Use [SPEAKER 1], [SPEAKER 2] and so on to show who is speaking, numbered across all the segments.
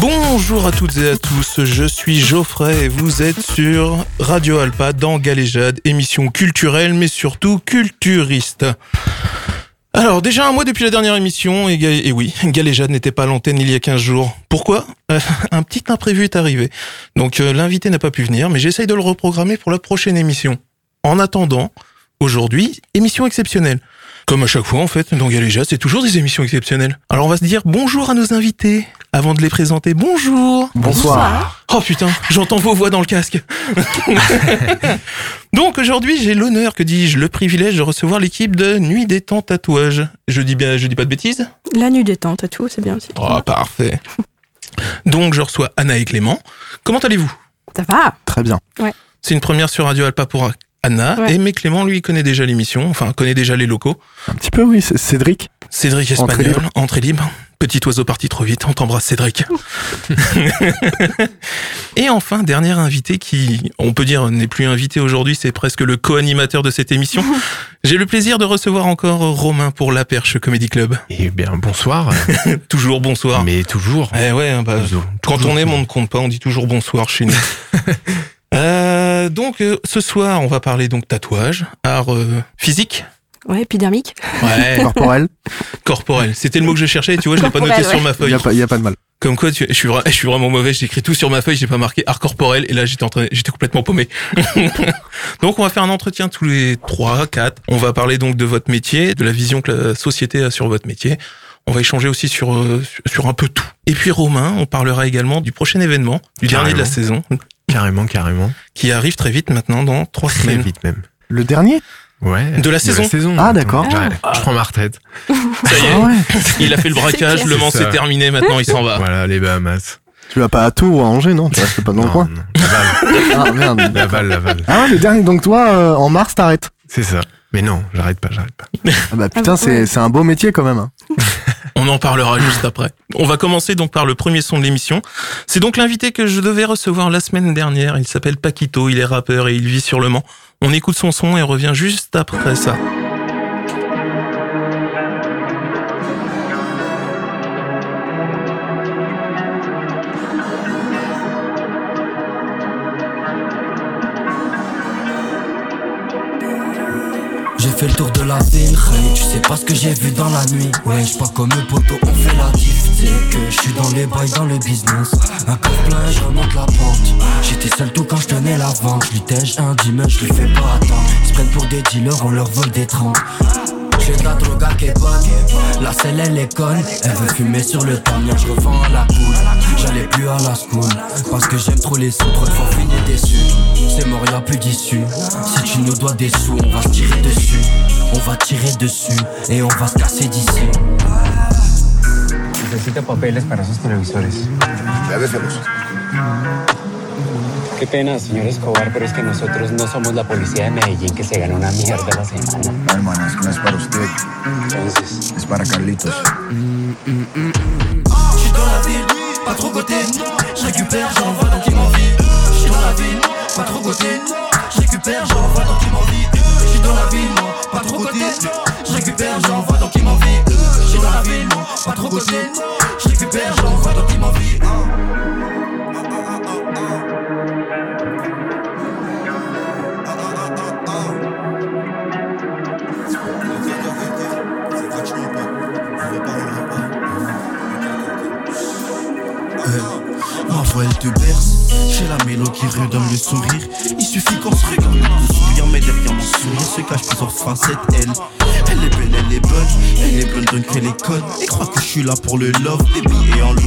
[SPEAKER 1] Bonjour à toutes et à tous, je suis Geoffrey et vous êtes sur Radio Alpa dans Galéjade, émission culturelle mais surtout culturiste. Alors déjà un mois depuis la dernière émission, et, Ga- et oui, Galéjade n'était pas à l'antenne il y a 15 jours. Pourquoi Euh, Un petit imprévu est arrivé. Donc euh, l'invité n'a pas pu venir, mais j'essaye de le reprogrammer pour la prochaine émission. En attendant, aujourd'hui, émission exceptionnelle. Comme à chaque fois en fait, dans Galéjade, c'est toujours des émissions exceptionnelles. Alors on va se dire bonjour à nos invités, avant de les présenter. Bonjour
[SPEAKER 2] Bonsoir.
[SPEAKER 1] Oh putain, j'entends vos voix dans le casque. Donc aujourd'hui, j'ai l'honneur, que dis-je, le privilège de recevoir l'équipe de Nuit des Temps Tatouages. Je dis bien, je dis pas de bêtises
[SPEAKER 3] La nuit détente et tout, c'est bien aussi.
[SPEAKER 1] Oh parfait. Donc je reçois Anna et Clément. Comment allez-vous
[SPEAKER 3] Ça va
[SPEAKER 2] Très bien.
[SPEAKER 1] C'est une première sur Radio Alpa pour Anna.
[SPEAKER 3] Ouais.
[SPEAKER 1] Et mais Clément, lui, connaît déjà l'émission, enfin connaît déjà les locaux.
[SPEAKER 2] Un petit peu, oui. c'est Cédric.
[SPEAKER 1] Cédric
[SPEAKER 2] Entrée
[SPEAKER 1] Espagnol, entrée libre. Petit oiseau parti trop vite, on t'embrasse Cédric. et enfin, dernier invité qui, on peut dire, n'est plus invité aujourd'hui, c'est presque le co-animateur de cette émission. J'ai le plaisir de recevoir encore Romain pour La Perche Comedy Club.
[SPEAKER 4] Eh bien, bonsoir,
[SPEAKER 1] Toujours bonsoir.
[SPEAKER 4] mais toujours.
[SPEAKER 1] Eh ouais, bah,
[SPEAKER 4] Toujours-
[SPEAKER 1] quand on
[SPEAKER 4] toujours-
[SPEAKER 1] aime, on ne compte pas, on dit toujours bonsoir chez nous. Euh, donc, euh, ce soir, on va parler donc tatouage, art euh, physique.
[SPEAKER 3] Ouais, épidermique.
[SPEAKER 1] Ouais,
[SPEAKER 2] Corporel.
[SPEAKER 1] corporel. C'était le mot que je cherchais, tu vois, je l'ai pas noté
[SPEAKER 3] Corporel,
[SPEAKER 1] sur ma
[SPEAKER 2] Il
[SPEAKER 1] feuille.
[SPEAKER 2] n'y a, pas- y a pas de mal.
[SPEAKER 1] Comme quoi, tu- je, suis, vra- je suis vraiment mauvais. J'ai écrit tout sur ma feuille, j'ai pas marqué art corporel, et là j'étais en train, j'étais complètement paumé. donc on va faire un entretien tous les trois, quatre. On va parler donc de votre métier, de la vision que la société a sur votre métier. On va échanger aussi sur euh, sur un peu tout. Et puis Romain, on parlera également du prochain événement, du
[SPEAKER 4] Carrément.
[SPEAKER 1] dernier de la saison,
[SPEAKER 4] Carrément, carrément.
[SPEAKER 1] qui arrive très vite maintenant dans trois
[SPEAKER 4] Très
[SPEAKER 1] semaines.
[SPEAKER 4] vite même.
[SPEAKER 2] Le dernier
[SPEAKER 4] Ouais.
[SPEAKER 1] De la saison.
[SPEAKER 2] Ah, d'accord.
[SPEAKER 4] J'arrête, Je prends ma retraite.
[SPEAKER 1] Ça y est,
[SPEAKER 2] Ah ouais.
[SPEAKER 1] il a fait le braquage,
[SPEAKER 3] clair.
[SPEAKER 1] le Mans
[SPEAKER 4] C'est
[SPEAKER 1] c'est
[SPEAKER 4] ça.
[SPEAKER 1] terminé, maintenant il s'en va.
[SPEAKER 4] Voilà, les Bahamas.
[SPEAKER 2] Tu vas pas à Tours ou à Angers, non Tu restes pas dans le coin
[SPEAKER 4] non. Laval,
[SPEAKER 2] Ah merde.
[SPEAKER 4] Laval, Laval.
[SPEAKER 2] Ah ouais, le dernier. Donc toi, euh, en mars, t'arrêtes.
[SPEAKER 4] C'est ça. Mais non, j'arrête pas, j'arrête pas.
[SPEAKER 2] Ah bah putain,
[SPEAKER 3] ouais.
[SPEAKER 2] c'est c'est un beau métier quand même. hein.
[SPEAKER 1] On en parlera juste après. On va commencer donc par le premier son de l'émission. C'est donc l'invité que je devais recevoir la semaine dernière. Il s'appelle Paquito, il est rappeur et il vit sur le Mans. On écoute son son et on revient juste après ça.
[SPEAKER 5] J'ai fait le tour de la ville, hey, tu sais pas ce que j'ai vu dans la nuit Ouais, j'pars comme le poteau, on fait la diff C'est que je suis dans les bails, dans le business Un peu plein, je remonte la pente J'étais seul tout quand je tenais la vente Je tège un dimanche, je les fais pas attendre Ils se prennent pour des dealers, on leur vole des 30 j'ai de la drogue à qui est bonne La selle elle est conne Elle veut fumer sur le camion Je revends à la cool J'allais plus à la school Parce que j'aime trop les sous Trop de fois finir déçu C'est mort y'a plus d'issue Si tu nous dois des sous On va se tirer dessus On va tirer dessus Et on va se casser d'ici
[SPEAKER 6] Necesito papeles para esos televisores. Qué pena, señor Escobar, pero es que nosotros no somos la policía de Medellín que se gana una mierda a la semana.
[SPEAKER 7] Hermanas, no es para usted,
[SPEAKER 6] Entonces,
[SPEAKER 7] es para Carlitos.
[SPEAKER 5] J'suis dans la ville Pas trop côté J'récupère, j'envoie donc ils m'envient J'suis dans la ville Pas trop côté J'récupère, j'envoie donc ils m'envient J'suis dans la ville moi, Pas trop côté J'récupère, j'envoie donc ils m'envient J'suis dans la ville moi, Pas trop côté J'récupère, j'envoie donc ils m'envient Ma voix elle te berce, j'ai la mélo qui redonne le sourire. Il suffit qu'on se regarde, on se souvient, mais derrière mon sourire se cache plusieurs facettes. Elle, elle est belle, elle est bonne, elle est bonne donc elle est conne. Et croit que je suis là pour le love, des billets enlevés.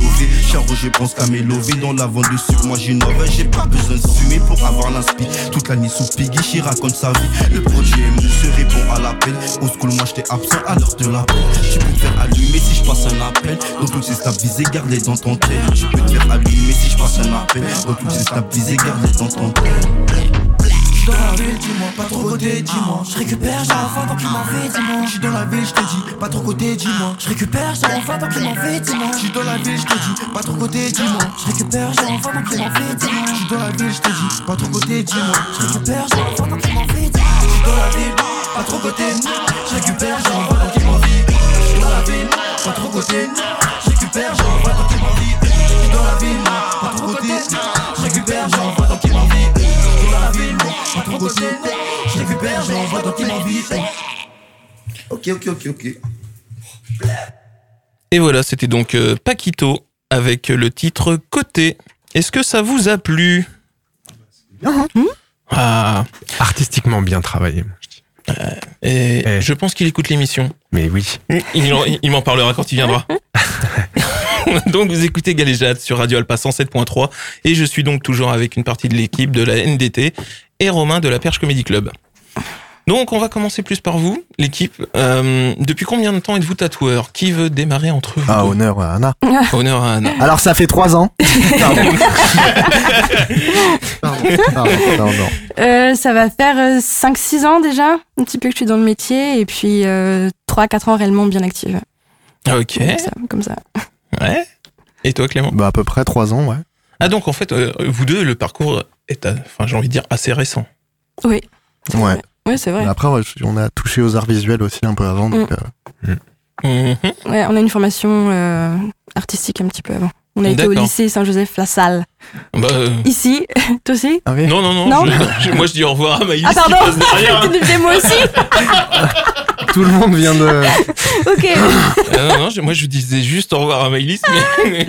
[SPEAKER 5] Charo, je pense qu'à mes lovés dans la vente de sucre, moi j'innove. J'ai pas besoin de fumer pour avoir l'inspi. Toute la nuit sous Piggy, j'y raconte sa vie. Le projet M2 se répond à l'appel. Au school, moi j'étais absent à l'heure de l'appel. Tu peux te faire allumer si je passe un appel. Dans tout déstabilisé, garde-les dans ton tête. Tu peux te faire allumer si je passe un appel. Dans tout déstabilisé, garde-les dans ton tête. J'suis dans la ville, dis-moi, pas trop côté, dis-moi. Je récupère, j'envoie tant qu'il m'en fait, dis-moi. J'suis dans la ville, Ah. je te dis, pas trop côté, dis-moi. Je récupère, j'envoie tant qu'il m'en fait, dis-moi. J'suis dans la ville, je te dis, pas trop côté, dis-moi. Je récupère, j'envoie tant qu'il m'en fait, dis-moi. J'suis dans la ville, je te dis, pas trop côté, dis-moi. Je récupère, j'envoie tant qu'il m'en fait, dis-moi. J'suis dans la ville, pas trop côté, je récupère, j'envoie tant qu'il m'en fait. J'suis dans la ville, pas trop côté, je récupère, j'envoie tant qu'il m'en fait. J'suis dans Dans la ville, pas trop côté Je récupère, j'envoie dans qui m'envie Dans la ville, pas trop côté Je récupère, j'envoie dans qui m'envie Ok, ok, ok, ok
[SPEAKER 1] Et voilà, c'était donc euh, Paquito avec le titre Côté. Est-ce que ça vous a plu
[SPEAKER 2] hein.
[SPEAKER 1] Ah,
[SPEAKER 4] Artistiquement bien travaillé. moi, je dis.
[SPEAKER 1] et
[SPEAKER 4] Eh.
[SPEAKER 1] je pense qu'il écoute l'émission.
[SPEAKER 4] Mais oui.
[SPEAKER 1] Il, en- il m'en parlera quand il viendra. donc vous écoutez Galéjade sur Radio Alpa 107.3 et je suis donc toujours avec une partie de l'équipe de la NDT et Romain de la Perche Comedy Club. Donc on va commencer plus par vous, l'équipe. Euh, depuis combien de temps êtes-vous tatoueur Qui veut démarrer entre vous
[SPEAKER 2] Ah,
[SPEAKER 1] deux
[SPEAKER 2] honneur à Anna.
[SPEAKER 1] Honneur à Anna.
[SPEAKER 2] Alors, ça fait trois ans. Pardon. Pardon, pardon, pardon.
[SPEAKER 3] Euh, ça va faire euh, 5-6 ans déjà, un petit peu que je suis dans le métier, et puis euh, 3-4 ans réellement bien active.
[SPEAKER 1] Ok.
[SPEAKER 3] Comme ça, comme ça.
[SPEAKER 1] Ouais. Et toi Clément
[SPEAKER 2] Bah, à peu près trois ans, ouais.
[SPEAKER 1] Ah donc en fait euh, vous deux le parcours est euh, enfin j'ai envie de dire assez récent.
[SPEAKER 3] Oui. c'est
[SPEAKER 2] Ouais.
[SPEAKER 3] vrai. Ouais, c'est vrai.
[SPEAKER 2] Mais Après, ouais, je- on a touché aux arts visuels aussi un peu avant. Donc, euh,
[SPEAKER 1] Mhm.
[SPEAKER 3] Ouais, on a une formation euh, artistique un petit peu avant. On a été au
[SPEAKER 1] D'accord.
[SPEAKER 3] lycée Saint-Joseph-la-Salle.
[SPEAKER 1] Bah, euh,
[SPEAKER 3] Ici, toi aussi
[SPEAKER 2] ah oui.
[SPEAKER 1] non non non.
[SPEAKER 3] Non.
[SPEAKER 1] je- je- moi je dis au revoir à Maïlis
[SPEAKER 3] Ah,
[SPEAKER 1] qui
[SPEAKER 3] pardon.
[SPEAKER 1] passe derrière.
[SPEAKER 3] Tu deviens moi aussi
[SPEAKER 2] Tout le monde vient de.
[SPEAKER 3] Ok.
[SPEAKER 1] Ah non, non, je- moi je disais juste au revoir à Maïlis, mais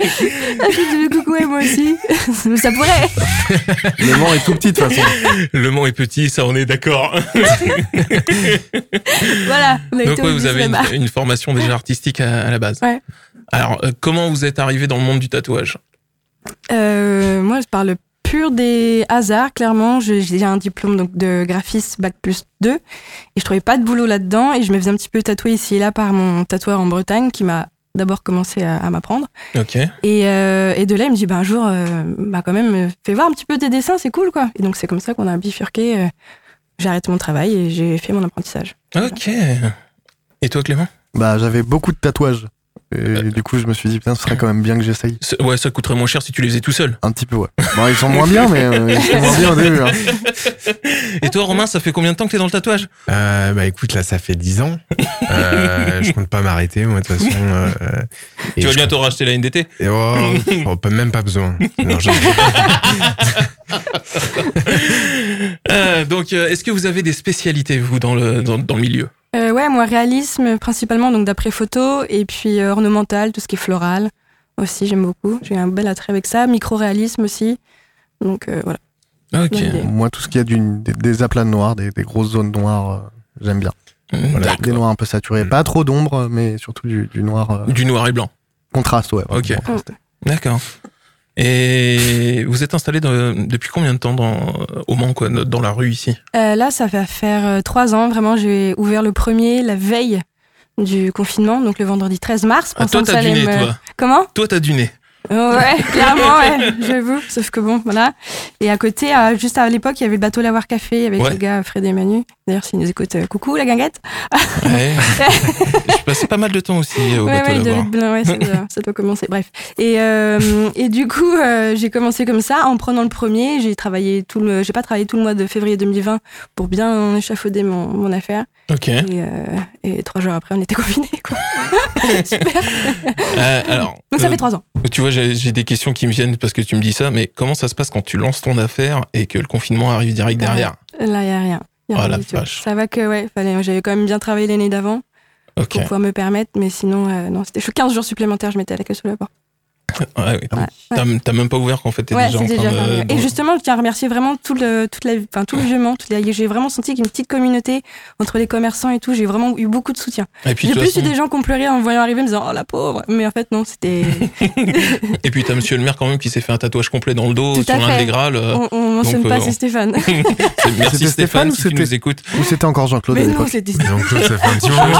[SPEAKER 3] Ah, Tu deviens coucou et moi aussi. ça pourrait.
[SPEAKER 2] Le vent est tout petit de toute façon.
[SPEAKER 1] le Mans est petit, ça on est d'accord.
[SPEAKER 3] Voilà. On a
[SPEAKER 1] Donc
[SPEAKER 3] été
[SPEAKER 1] ouais,
[SPEAKER 3] au
[SPEAKER 1] vous
[SPEAKER 3] lycée
[SPEAKER 1] avez une,
[SPEAKER 3] là-bas.
[SPEAKER 1] une formation déjà artistique à, à la base.
[SPEAKER 3] Ouais.
[SPEAKER 1] Alors euh, comment vous êtes arrivé dans le monde du tatouage
[SPEAKER 3] Euh, moi, je parle pur des hasards, clairement. Je- J'ai un diplôme donc, de graphiste, bac plus 2, et je trouvais pas de boulot là-dedans, et je me faisais un petit peu tatouer ici et là par mon tatoueur en Bretagne, qui m'a d'abord commencé à, à m'apprendre.
[SPEAKER 1] Ok.
[SPEAKER 3] Et, euh, et de là, il me dit, bah, un jour, euh, bah, quand même, euh, fais voir un petit peu tes dessins, c'est cool, quoi. Et donc, c'est comme ça qu'on a bifurqué. euh, j'ai arrêté mon travail et j'ai fait mon apprentissage.
[SPEAKER 1] Ok. Et toi Clément
[SPEAKER 2] Bah, j'avais beaucoup de tatouages. Et du coup, je me suis dit, putain, ce serait quand même bien que j'essaye.
[SPEAKER 1] C'est- Ouais, ça coûterait moins cher si tu les faisais tout seul.
[SPEAKER 2] Un petit peu, ouais. Bon, ils sont moins bien, mais euh, ils sont moins bien au début. hein.
[SPEAKER 1] Et toi Romain, ça fait combien de temps que t'es dans le tatouage
[SPEAKER 4] Euh, bah écoute, là, ça fait 10 ans. Euh, je compte pas m'arrêter, moi, de toute façon. euh, et
[SPEAKER 1] Tu vas
[SPEAKER 4] je-
[SPEAKER 1] bientôt racheter la NDT.
[SPEAKER 4] et oh, oh, pas- même pas besoin. Non, je-
[SPEAKER 1] Euh, donc euh, est-ce que vous avez des spécialités vous dans le dans, dans le milieu
[SPEAKER 3] Euh, ouais, moi, réalisme, principalement, donc d'après photo, et puis euh, ornemental, tout ce qui est floral aussi, j'aime beaucoup. J'ai un bel attrait avec ça. Micro-réalisme aussi. Donc, euh, voilà.
[SPEAKER 1] Ok.
[SPEAKER 3] Bonne idée.
[SPEAKER 2] Moi, tout ce qu'il y a d'une- des, des aplats noirs, des, des grosses zones noires, euh, j'aime bien.
[SPEAKER 1] Voilà.
[SPEAKER 2] Des noirs un peu saturés. Pas trop d'ombre, mais surtout du, du noir euh,
[SPEAKER 1] Du noir et blanc.
[SPEAKER 2] contraste, ouais.
[SPEAKER 1] Ok.
[SPEAKER 2] Contrasté.
[SPEAKER 1] D'accord. Et vous êtes installé dans- depuis combien de temps dans, au Mans, quoi, dans la rue ici
[SPEAKER 3] Euh, là, ça va faire euh, trois ans. Vraiment, j'ai ouvert le premier la veille du confinement, donc le vendredi 13 mars.
[SPEAKER 1] Ah, Toi,
[SPEAKER 3] pensant que
[SPEAKER 1] t'as
[SPEAKER 3] ça
[SPEAKER 1] du
[SPEAKER 3] allait
[SPEAKER 1] nez,
[SPEAKER 3] me-
[SPEAKER 1] toi.
[SPEAKER 3] Comment
[SPEAKER 1] Toi, t'as du nez.
[SPEAKER 3] Euh, Ouais, clairement, ouais, j'avoue. Sauf que bon, voilà. Et à côté, euh, juste à l'époque, il y avait le bateau Lavoir Café avec
[SPEAKER 1] Ouais.
[SPEAKER 3] les gars Fred et Manu. D'ailleurs, s'ils nous écoutent, euh, coucou la guinguette.
[SPEAKER 1] Ouais. Je passais pas mal de temps aussi euh, au
[SPEAKER 3] ouais,
[SPEAKER 1] bateau
[SPEAKER 3] ouais, il
[SPEAKER 1] Lavoir.
[SPEAKER 3] devait être bien, ouais, ça, doit, ça doit commencer. Bref. Et, euh, et du coup, euh, j'ai commencé comme ça en prenant le premier. J'ai travaillé tout le, j'ai pas travaillé tout le mois de février 2020 pour bien échafauder mon, mon affaire.
[SPEAKER 1] Ok.
[SPEAKER 3] Et, euh, et trois jours après, on était confinés. Quoi. Super.
[SPEAKER 1] Euh, alors,
[SPEAKER 3] Donc ça
[SPEAKER 1] euh,
[SPEAKER 3] fait trois ans.
[SPEAKER 1] tu vois, j'ai j'ai des questions qui me viennent parce que tu me dis ça, mais comment ça se passe quand tu lances ton affaire et que le confinement arrive direct
[SPEAKER 3] Bah,
[SPEAKER 1] derrière
[SPEAKER 3] Là, il y a rien. Y a
[SPEAKER 1] Oh,
[SPEAKER 3] rien
[SPEAKER 1] la
[SPEAKER 3] du tout.
[SPEAKER 1] vache.
[SPEAKER 3] Ça va que ouais, fallait. J'avais quand même bien travaillé l'année d'avant
[SPEAKER 1] Ok.
[SPEAKER 3] pour pouvoir me permettre, mais sinon, euh, non, c'était je suis 15 jours supplémentaires. Je mettais à la queue sous la porte.
[SPEAKER 1] Ouais, ouais.
[SPEAKER 3] Ouais.
[SPEAKER 1] T'as t'as même pas ouvert qu'en fait t'es
[SPEAKER 3] Ouais,
[SPEAKER 1] déjà en
[SPEAKER 3] c'est
[SPEAKER 1] train
[SPEAKER 3] déjà fermé.
[SPEAKER 1] de.
[SPEAKER 3] Et justement, je tiens à remercier vraiment tout le, toute la, enfin, tout le vieux Mans, toute la- J'ai vraiment senti qu'il y a une petite communauté entre les commerçants et tout. J'ai vraiment eu beaucoup de soutien.
[SPEAKER 1] Et puis, de
[SPEAKER 3] J'ai
[SPEAKER 1] toute
[SPEAKER 3] plus eu
[SPEAKER 1] façon-
[SPEAKER 3] des gens qui ont pleuré en me voyant arriver, en me disant oh la pauvre. Mais en fait non, c'était.
[SPEAKER 1] et puis t'as Monsieur le Maire quand même qui s'est fait un tatouage complet dans le dos
[SPEAKER 3] Tout
[SPEAKER 1] sur
[SPEAKER 3] à fait.
[SPEAKER 1] l'intégrale. euh,
[SPEAKER 3] on, on mentionne
[SPEAKER 1] donc,
[SPEAKER 3] pas,
[SPEAKER 1] euh,
[SPEAKER 3] c'est Stéphane.
[SPEAKER 1] c'est- Merci
[SPEAKER 2] C'était
[SPEAKER 1] Stéphane,
[SPEAKER 2] Stéphane
[SPEAKER 1] si tu
[SPEAKER 2] ou c'était-
[SPEAKER 1] nous écoutes.
[SPEAKER 2] Ou c'était encore Jean-Claude à
[SPEAKER 3] mais non,
[SPEAKER 2] l'époque
[SPEAKER 3] c'était.
[SPEAKER 4] Mais donc, Claude, ça fait un petit moment.
[SPEAKER 2] Non,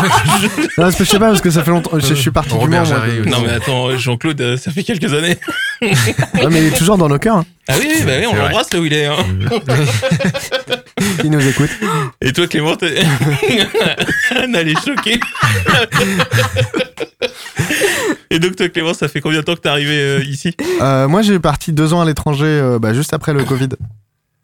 [SPEAKER 2] parce que je sais pas, parce que ça fait longtemps. Je, je suis parti
[SPEAKER 4] Robert
[SPEAKER 2] du Mans, moi,
[SPEAKER 4] Jarry
[SPEAKER 2] de-
[SPEAKER 4] aussi.
[SPEAKER 1] Non mais attends, Jean-Claude, euh, ça fait quelques années.
[SPEAKER 2] Ouais, Ah, mais il est toujours dans nos cœurs. hein.
[SPEAKER 1] Ah oui, oui, bah oui, on
[SPEAKER 4] C'est
[SPEAKER 1] l'embrasse là où il est. hein.
[SPEAKER 2] Il nous écoute.
[SPEAKER 1] Et toi, Clément, t'es- Anne, elle est choquée. Et donc, toi, Clément, ça fait combien de temps que t'es arrivé euh, ici
[SPEAKER 2] Euh, moi, j'ai parti deux ans à l'étranger euh, bah, juste après le Covid.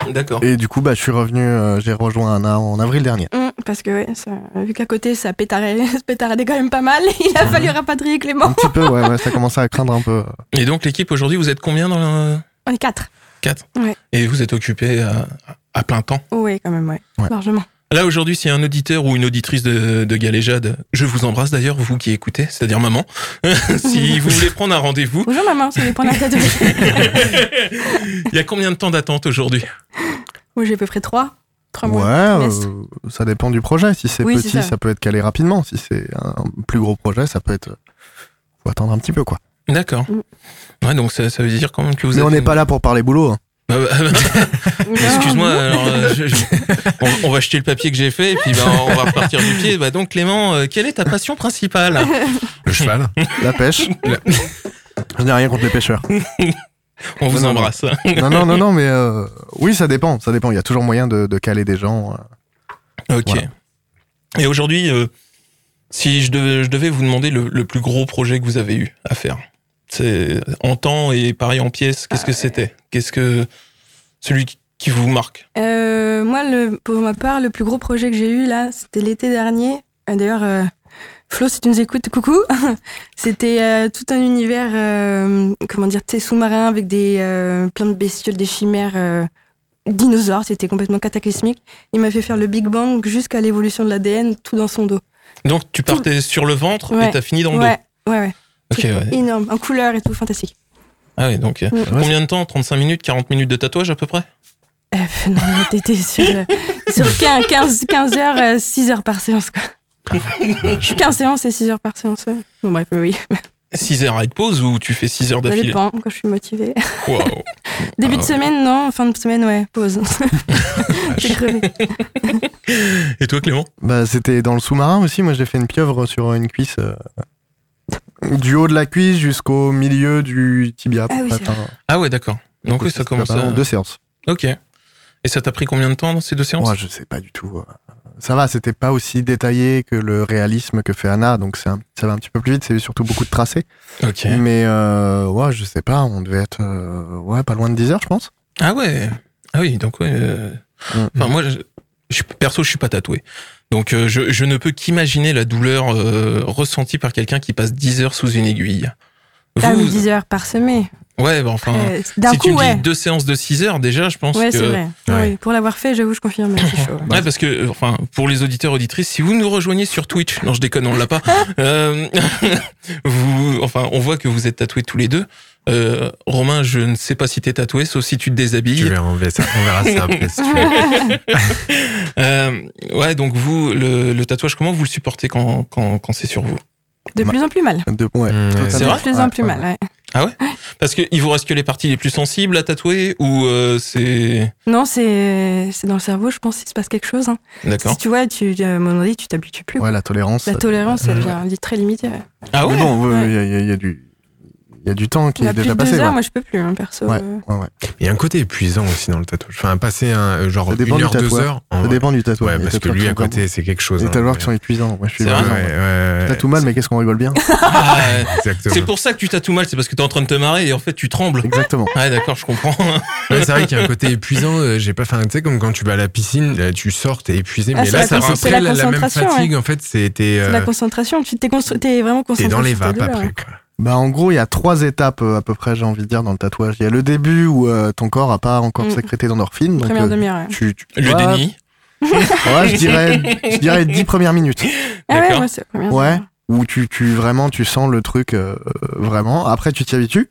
[SPEAKER 1] D'accord.
[SPEAKER 2] Et du coup, bah, je suis revenu, euh, j'ai rejoint Anna en avril dernier.
[SPEAKER 3] Hum, Parce que, ouais, ça- vu qu'à côté, ça pétarait- se pétaradait quand même pas mal, il a fallu rapatrier
[SPEAKER 2] Un
[SPEAKER 3] Clément.
[SPEAKER 2] petit peu, ouais, ouais, ça commençait à craindre un peu.
[SPEAKER 1] Et donc, l'équipe aujourd'hui, vous êtes combien dans la...
[SPEAKER 3] On est quatre.
[SPEAKER 1] Quatre
[SPEAKER 3] Ouais.
[SPEAKER 1] Et vous êtes occupé à, à plein temps.
[SPEAKER 3] Oui, quand même, ouais.
[SPEAKER 2] Ouais.
[SPEAKER 3] Largement.
[SPEAKER 1] Là, aujourd'hui, s'il y a un auditeur ou une auditrice de, de Galéjade, je vous embrasse d'ailleurs, vous qui écoutez, c'est-à-dire maman. si vous voulez prendre un rendez-vous,
[SPEAKER 3] Bonjour maman, ça dépend de la tête.
[SPEAKER 1] il y a combien de temps d'attente aujourd'hui
[SPEAKER 3] Moi, j'ai à peu près trois. Trois
[SPEAKER 2] Ouais,
[SPEAKER 3] mois. trimestre.
[SPEAKER 2] euh, ça dépend du projet. Si c'est
[SPEAKER 3] Ah Oui, c'est
[SPEAKER 2] petit, ça.
[SPEAKER 3] ça.
[SPEAKER 2] peut être calé rapidement. Si c'est un plus gros projet, ça peut être. euh, Faut attendre un petit peu, quoi.
[SPEAKER 1] D'accord.
[SPEAKER 3] Mm.
[SPEAKER 1] Ouais, donc ça, ça veut dire quand même que vous
[SPEAKER 2] Mais
[SPEAKER 1] êtes
[SPEAKER 2] on n'est
[SPEAKER 1] une-
[SPEAKER 2] pas là pour parler boulot. hein.
[SPEAKER 1] Bah, bah, bah,
[SPEAKER 3] Ah, Non.
[SPEAKER 1] Excuse-moi, alors, euh, je- je- on, on va jeter le papier que j'ai fait et puis bah, on va repartir du pied. Bah, donc Clément, euh, quelle est ta passion principale
[SPEAKER 4] Le cheval.
[SPEAKER 2] La pêche. Je n'ai rien contre les pêcheurs.
[SPEAKER 1] On vous
[SPEAKER 2] Non, non,
[SPEAKER 1] embrasse.
[SPEAKER 2] Non, non, non, non, mais euh, oui, ça dépend. Ça dépend. Il y a toujours moyen de, de caler des gens. euh.
[SPEAKER 1] Ok.
[SPEAKER 2] Voilà.
[SPEAKER 1] Et aujourd'hui, euh, si je devais, je devais vous demander le, le plus gros projet que vous avez eu à faire, c'est en temps et pareil en pièces, qu'est-ce
[SPEAKER 3] Ah.
[SPEAKER 1] que c'était Qu'est-ce que celui qui- qui vous marque
[SPEAKER 3] Euh, moi, le, pour ma part, le plus gros projet que j'ai eu là, c'était l'été dernier. Euh, D'ailleurs, euh, Flo, si tu nous écoutes, coucou. c'était euh, tout un univers, euh, comment dire, tu sais, sous-marin avec des euh, plein de bestioles, des chimères, euh, dinosaures. C'était complètement cataclysmique. Il m'a fait faire le Big Bang jusqu'à l'évolution de l'ADN, tout dans son dos.
[SPEAKER 1] Donc tu partais sur le ventre et
[SPEAKER 3] Ouais.
[SPEAKER 1] t'as fini dans le
[SPEAKER 3] ouais, ouais, ouais.
[SPEAKER 1] dos. Ok. ouais.
[SPEAKER 3] Énorme, en couleur et tout, fantastique.
[SPEAKER 1] Ah oui, donc euh,
[SPEAKER 3] Ouais.
[SPEAKER 1] combien de temps 35 minutes, 40 minutes de tatouage à peu près
[SPEAKER 3] Euh, non, mais t'étais sur, euh, sur 15, 15, 15 heures, euh, 6 heures par séance, quoi. Je suis 15 séances et 6 heures par séance. ouais. Bon, bref, mais oui.
[SPEAKER 1] 6 heures à être pause ou tu fais 6 heures
[SPEAKER 3] Ça
[SPEAKER 1] d'affilée
[SPEAKER 3] dépend quand je suis motivée.
[SPEAKER 1] Waouh.
[SPEAKER 3] Début de
[SPEAKER 1] ouais.
[SPEAKER 3] semaine, non. Fin de semaine, ouais, pause. J'ai crevé.
[SPEAKER 1] Et toi Clément
[SPEAKER 2] Bah, c'était dans le sous-marin aussi. Moi, j'ai fait une pieuvre sur une cuisse. euh, du haut de la cuisse jusqu'au milieu du tibia. hein.
[SPEAKER 3] Ah oui, c'est
[SPEAKER 2] Enfin,
[SPEAKER 1] Ah ouais, d'accord. Donc oui, ça
[SPEAKER 2] c'était
[SPEAKER 1] commence
[SPEAKER 2] pendant
[SPEAKER 1] à...
[SPEAKER 2] Deux séances.
[SPEAKER 1] Ok. Et ça t'a pris combien de temps dans ces deux séances
[SPEAKER 2] Moi, je sais pas du tout. euh. Ça va, c'était pas aussi détaillé que le réalisme que fait Anna, donc c'est un- ça va un petit peu plus vite, c'est surtout beaucoup de tracés.
[SPEAKER 1] Ok.
[SPEAKER 2] Mais euh, ouais, je sais pas, on devait être euh, ouais, pas loin de 10 heures, je pense.
[SPEAKER 1] Ah ouais. Ah oui, donc ouais. euh,
[SPEAKER 2] Mm.
[SPEAKER 1] Enfin moi, je, je suis- perso, je suis pas tatoué. Donc euh, je, je ne peux qu'imaginer la douleur euh, ressentie par quelqu'un qui passe 10 heures sous une aiguille.
[SPEAKER 3] Ah,
[SPEAKER 1] Vous-
[SPEAKER 3] mais 10 heures par semaine.
[SPEAKER 1] Ouais, bah enfin.
[SPEAKER 3] Euh, D'un
[SPEAKER 1] si
[SPEAKER 3] coup,
[SPEAKER 1] tu me
[SPEAKER 3] ouais.
[SPEAKER 1] dis deux séances de 6 heures, déjà, je pense
[SPEAKER 3] Ouais,
[SPEAKER 1] que
[SPEAKER 3] c'est vrai.
[SPEAKER 4] ouais.
[SPEAKER 3] Oui, pour l'avoir fait, j'avoue, je confirme. C'est chaud.
[SPEAKER 1] Ouais, parce que, euh, enfin, pour les auditeurs auditrices, si vous nous rejoignez sur Twitch, non, je déconne, on l'a pas. euh, vous, enfin, on voit que vous êtes tatoués tous les deux. Euh, Romain, je ne sais pas si t'es tatoué, sauf si tu te
[SPEAKER 4] Tu
[SPEAKER 1] déshabilles.
[SPEAKER 4] verras, on verra ça, on verra ça après si tu veux.
[SPEAKER 1] Euh, ouais, donc vous, le, le tatouage, comment vous le supportez quand, quand, quand c'est sur vous
[SPEAKER 3] De plus en plus mal.
[SPEAKER 2] De, ouais, totalement.
[SPEAKER 4] Mmh,
[SPEAKER 1] Bah, C'est
[SPEAKER 3] De
[SPEAKER 1] vrai
[SPEAKER 3] plus
[SPEAKER 2] Ouais,
[SPEAKER 3] en plus
[SPEAKER 2] ouais.
[SPEAKER 3] mal, ouais.
[SPEAKER 1] Parce qu'il vous reste que les parties les plus sensibles à tatouer ou euh, c'est...
[SPEAKER 3] Non, c'est c'est dans le cerveau, je pense, qu'il se passe quelque chose. hein. Si
[SPEAKER 1] D'accord.
[SPEAKER 3] tu vois, tu, à mon avis, tu t'habitues plus.
[SPEAKER 2] Ouais, la tolérance.
[SPEAKER 3] La
[SPEAKER 2] ça-
[SPEAKER 3] tolérance, elle devient très limitée. ouais.
[SPEAKER 1] Ah ouais
[SPEAKER 2] Mais bon, il
[SPEAKER 3] Ouais.
[SPEAKER 2] y, a- y a- y a du. Il y a du temps qui
[SPEAKER 3] Il y
[SPEAKER 2] est
[SPEAKER 3] a plus
[SPEAKER 2] déjà
[SPEAKER 3] de
[SPEAKER 2] passé.
[SPEAKER 3] deux heures,
[SPEAKER 2] ouais.
[SPEAKER 3] moi je peux plus, hein, perso.
[SPEAKER 2] Ouais.
[SPEAKER 3] Euh,
[SPEAKER 2] Ouais, ouais.
[SPEAKER 4] Il y a un côté épuisant aussi dans le tatouage. Enfin, passer un, euh, genre
[SPEAKER 2] Ça dépend
[SPEAKER 4] une
[SPEAKER 2] du
[SPEAKER 4] heure, deux
[SPEAKER 2] tatouage.
[SPEAKER 4] heures. en
[SPEAKER 2] Ça
[SPEAKER 4] vrai.
[SPEAKER 2] dépend du
[SPEAKER 4] Ouais,
[SPEAKER 2] tatouage.
[SPEAKER 4] parce que lui à côté, c'est quelque chose.
[SPEAKER 2] Les
[SPEAKER 4] hein,
[SPEAKER 2] tatouages
[SPEAKER 4] mais-
[SPEAKER 2] sont épuisants. Moi, je suis
[SPEAKER 1] C'est
[SPEAKER 4] Ouais,
[SPEAKER 1] vrai
[SPEAKER 2] vraiment-
[SPEAKER 4] ouais, ouais.
[SPEAKER 2] T'as tout mal, mais qu'est-ce qu'on rigole bien
[SPEAKER 1] Ah, ouais.
[SPEAKER 4] Exactement.
[SPEAKER 1] C'est pour ça que tu tatoues mal, c'est parce que t'es en train de te marrer et en fait tu trembles. Ah
[SPEAKER 2] Exactement.
[SPEAKER 1] Ouais, d'accord, je comprends.
[SPEAKER 4] Ouais, c'est vrai qu'il y a un côté épuisant. euh, J'ai pas fait un, tu sais, comme quand tu vas à la piscine, là, tu sors, t'es épuisé,
[SPEAKER 3] Ah,
[SPEAKER 4] mais
[SPEAKER 3] c'est
[SPEAKER 4] là,
[SPEAKER 1] la
[SPEAKER 4] ça
[SPEAKER 1] con-
[SPEAKER 3] c'est la
[SPEAKER 4] rappelle la, même
[SPEAKER 3] concentration,
[SPEAKER 4] fatigue. En fait, c'était.
[SPEAKER 3] C'est de la
[SPEAKER 1] Euh.
[SPEAKER 3] concentration, tu t'es, constru- t'es vraiment concentré.
[SPEAKER 4] T'es dans les
[SPEAKER 3] sur ta
[SPEAKER 4] vapes
[SPEAKER 3] douleur.
[SPEAKER 4] après. quoi.
[SPEAKER 2] Bah en gros, il y a trois étapes euh, à peu près, j'ai envie de dire, dans le tatouage. Il y a le début où euh, ton corps a pas encore
[SPEAKER 3] Mm.
[SPEAKER 2] sécrété d'endorphine. Donc,
[SPEAKER 3] Première
[SPEAKER 2] euh,
[SPEAKER 3] demi-heure. ouais.
[SPEAKER 2] tu, tu-
[SPEAKER 1] Le
[SPEAKER 2] ouais,
[SPEAKER 1] déni.
[SPEAKER 2] Ouais, je dirais, je dirais dix premières minutes.
[SPEAKER 3] Ah ouais,
[SPEAKER 1] D'accord.
[SPEAKER 3] moi c'est la première
[SPEAKER 2] Ouais.
[SPEAKER 3] demi-heure.
[SPEAKER 2] Où tu, tu vraiment, tu sens le truc euh, euh, vraiment. Après, tu t'y habitues.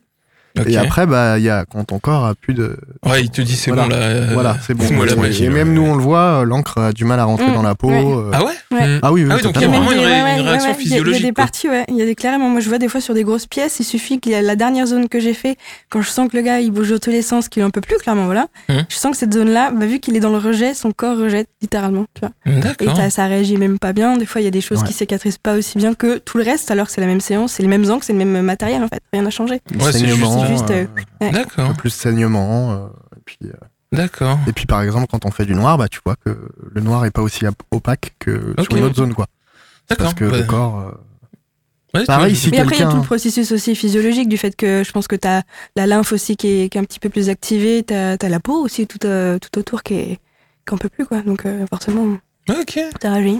[SPEAKER 1] Ok.
[SPEAKER 2] Et après, bah il y a quand ton corps a plus de.
[SPEAKER 1] Ouais, il te dit c'est
[SPEAKER 2] Voilà.
[SPEAKER 1] bon là. euh,
[SPEAKER 2] voilà, c'est bon.
[SPEAKER 1] fous-moi la
[SPEAKER 2] Et-
[SPEAKER 1] magie.
[SPEAKER 2] et même
[SPEAKER 4] ouais.
[SPEAKER 2] nous, on le voit, euh, l'encre a du mal à rentrer
[SPEAKER 3] Mm.
[SPEAKER 2] dans la peau.
[SPEAKER 3] Ouais.
[SPEAKER 2] euh.
[SPEAKER 1] Ah ouais
[SPEAKER 3] Ouais.
[SPEAKER 4] Mm.
[SPEAKER 2] Ah oui, oui,
[SPEAKER 1] Ah oui, donc il y a
[SPEAKER 2] totalement.
[SPEAKER 1] vraiment une
[SPEAKER 3] des-
[SPEAKER 1] ré- une réaction
[SPEAKER 3] Il y a- il y a
[SPEAKER 1] physiologique,
[SPEAKER 3] des
[SPEAKER 1] quoi.
[SPEAKER 3] parties, ouais. Il y a des clairement. Moi, je vois des fois sur des grosses pièces, il suffit qu'il y a la dernière zone que j'ai fait, quand je sens que le gars, il bouge dans tous les sens, qu'il en peut plus, clairement, voilà.
[SPEAKER 1] Hum.
[SPEAKER 3] Je sens que cette zone-là, bah, vu qu'il est dans le rejet, son corps rejette, littéralement, tu vois.
[SPEAKER 2] Mm.
[SPEAKER 3] Et
[SPEAKER 1] D'accord.
[SPEAKER 3] t'as- ça réagit même pas bien. Des fois, il y a des choses qui cicatrisent pas aussi bien que tout le reste, alors que c'est la même séance, c'est les mêmes angles, c'est le même matériel, en fait. Rien n'a changé.
[SPEAKER 1] Ouais, c'est
[SPEAKER 2] Saignement,
[SPEAKER 3] juste-
[SPEAKER 2] euh,
[SPEAKER 3] Ouais.
[SPEAKER 2] un
[SPEAKER 1] D'accord.
[SPEAKER 2] peu plus saignement. euh, et puis, euh,
[SPEAKER 1] D'accord.
[SPEAKER 2] Et puis par exemple, quand on fait du noir, bah tu vois que le noir est pas aussi ap- opaque que
[SPEAKER 1] Ok.
[SPEAKER 2] sur une autre zone, quoi. Parce
[SPEAKER 1] D'accord.
[SPEAKER 2] que
[SPEAKER 1] Ouais.
[SPEAKER 2] le corps. euh,
[SPEAKER 1] Bah, Ouais, tu
[SPEAKER 2] pareil,
[SPEAKER 1] vois,
[SPEAKER 2] si
[SPEAKER 3] Mais après, il y a tout
[SPEAKER 2] quelqu'un.
[SPEAKER 3] le processus aussi physiologique du fait que je pense que t'as la lymphe aussi qui est, qui est un petit peu plus activée, t'as as la peau aussi tout, euh, tout autour qui est qu'on peut plus quoi. Donc euh, forcément,
[SPEAKER 1] Ok.
[SPEAKER 3] T'as ravi.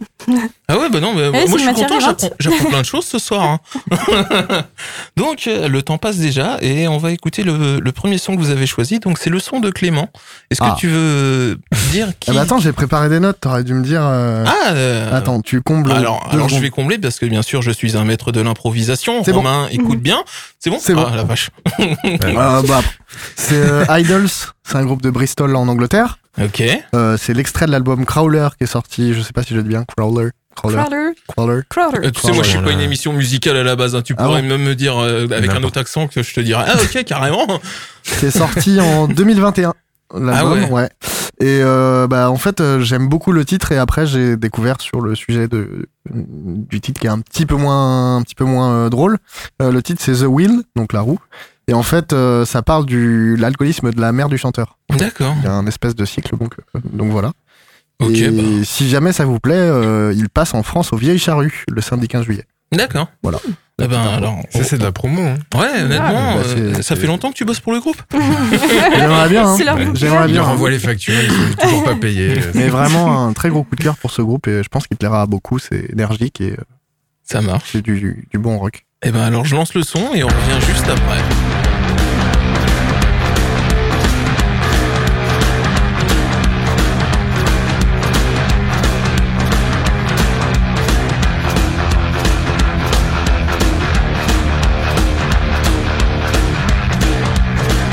[SPEAKER 1] Ah ouais, bah non, mais
[SPEAKER 3] Eh,
[SPEAKER 1] moi
[SPEAKER 3] c'est
[SPEAKER 1] je
[SPEAKER 3] une
[SPEAKER 1] suis
[SPEAKER 3] matière
[SPEAKER 1] content,
[SPEAKER 3] vivante.
[SPEAKER 1] j'apprends j'apprends plein de choses ce soir. hein. donc euh, le temps passe déjà et on va écouter le, le premier son que vous avez choisi. Donc c'est le son de Clément. Est-ce
[SPEAKER 2] Ah.
[SPEAKER 1] que tu veux dire qui
[SPEAKER 2] Ah bah attends, j'ai préparé des notes, t'aurais dû me dire. euh,
[SPEAKER 1] Ah, euh,
[SPEAKER 2] attends, tu combles.
[SPEAKER 1] Alors,
[SPEAKER 2] deux
[SPEAKER 1] alors je
[SPEAKER 2] secondes.
[SPEAKER 1] vais combler parce que bien sûr je suis un maître de l'improvisation.
[SPEAKER 2] C'est bon.
[SPEAKER 1] Romain, écoute
[SPEAKER 3] Mhm.
[SPEAKER 1] bien. C'est bon
[SPEAKER 2] C'est bon.
[SPEAKER 1] Ah la vache.
[SPEAKER 2] Euh, bah, c'est euh, Idols, c'est un groupe de Bristol en Angleterre.
[SPEAKER 1] Ok.
[SPEAKER 2] Euh, c'est l'extrait de l'album Crawler qui est sorti, je sais pas si je dis bien, Crawler. Crawler.
[SPEAKER 3] Crowder,
[SPEAKER 2] Crawler.
[SPEAKER 3] crowder.
[SPEAKER 1] Euh, tu sais, moi, je suis pas une émission musicale à la base. hein. Tu
[SPEAKER 2] Ah
[SPEAKER 1] pourrais
[SPEAKER 2] bon
[SPEAKER 1] même me dire euh, avec un
[SPEAKER 4] N'importe.
[SPEAKER 1] autre accent que je te dirais. Ah, ok, carrément.
[SPEAKER 2] C'est sorti en 2021. L'album,
[SPEAKER 1] Ah ouais.
[SPEAKER 2] ouais. Et euh, bah en fait euh, j'aime beaucoup le titre et après j'ai découvert sur le sujet de du titre qui est un petit peu moins un petit peu moins euh, drôle. Euh, le titre c'est The Wheel donc la roue et en fait euh, ça parle du l'alcoolisme de la mère du chanteur.
[SPEAKER 1] D'accord.
[SPEAKER 2] Il y a un espèce de cycle donc euh, donc voilà.
[SPEAKER 1] Ok.
[SPEAKER 2] et
[SPEAKER 1] bah,
[SPEAKER 2] si jamais ça vous plaît, euh, il passe en France aux Vieilles Charrues le samedi 15 juillet.
[SPEAKER 1] D'accord.
[SPEAKER 2] Voilà.
[SPEAKER 1] Eh ben alors.
[SPEAKER 2] Ah,
[SPEAKER 4] Ça, c'est de la promo. hein.
[SPEAKER 1] Ouais, honnêtement,
[SPEAKER 2] bah,
[SPEAKER 1] euh,
[SPEAKER 2] c'est-
[SPEAKER 1] ça fait
[SPEAKER 2] c'est-
[SPEAKER 1] longtemps que tu bosses pour le groupe.
[SPEAKER 2] J'aimerais bien. hein.
[SPEAKER 3] C'est leur bouquin.
[SPEAKER 2] J'aimerais
[SPEAKER 4] Il
[SPEAKER 2] bien.
[SPEAKER 4] leur
[SPEAKER 2] hein.
[SPEAKER 4] envoie les factures, ils sont toujours pas euh, payés.
[SPEAKER 2] Mais vraiment un très gros coup de cœur pour ce groupe et je pense qu'il plaira à beaucoup. C'est énergique et euh,
[SPEAKER 1] Ça marche.
[SPEAKER 2] c'est du, du bon rock.
[SPEAKER 1] Eh ben alors, je lance le son et on revient juste après.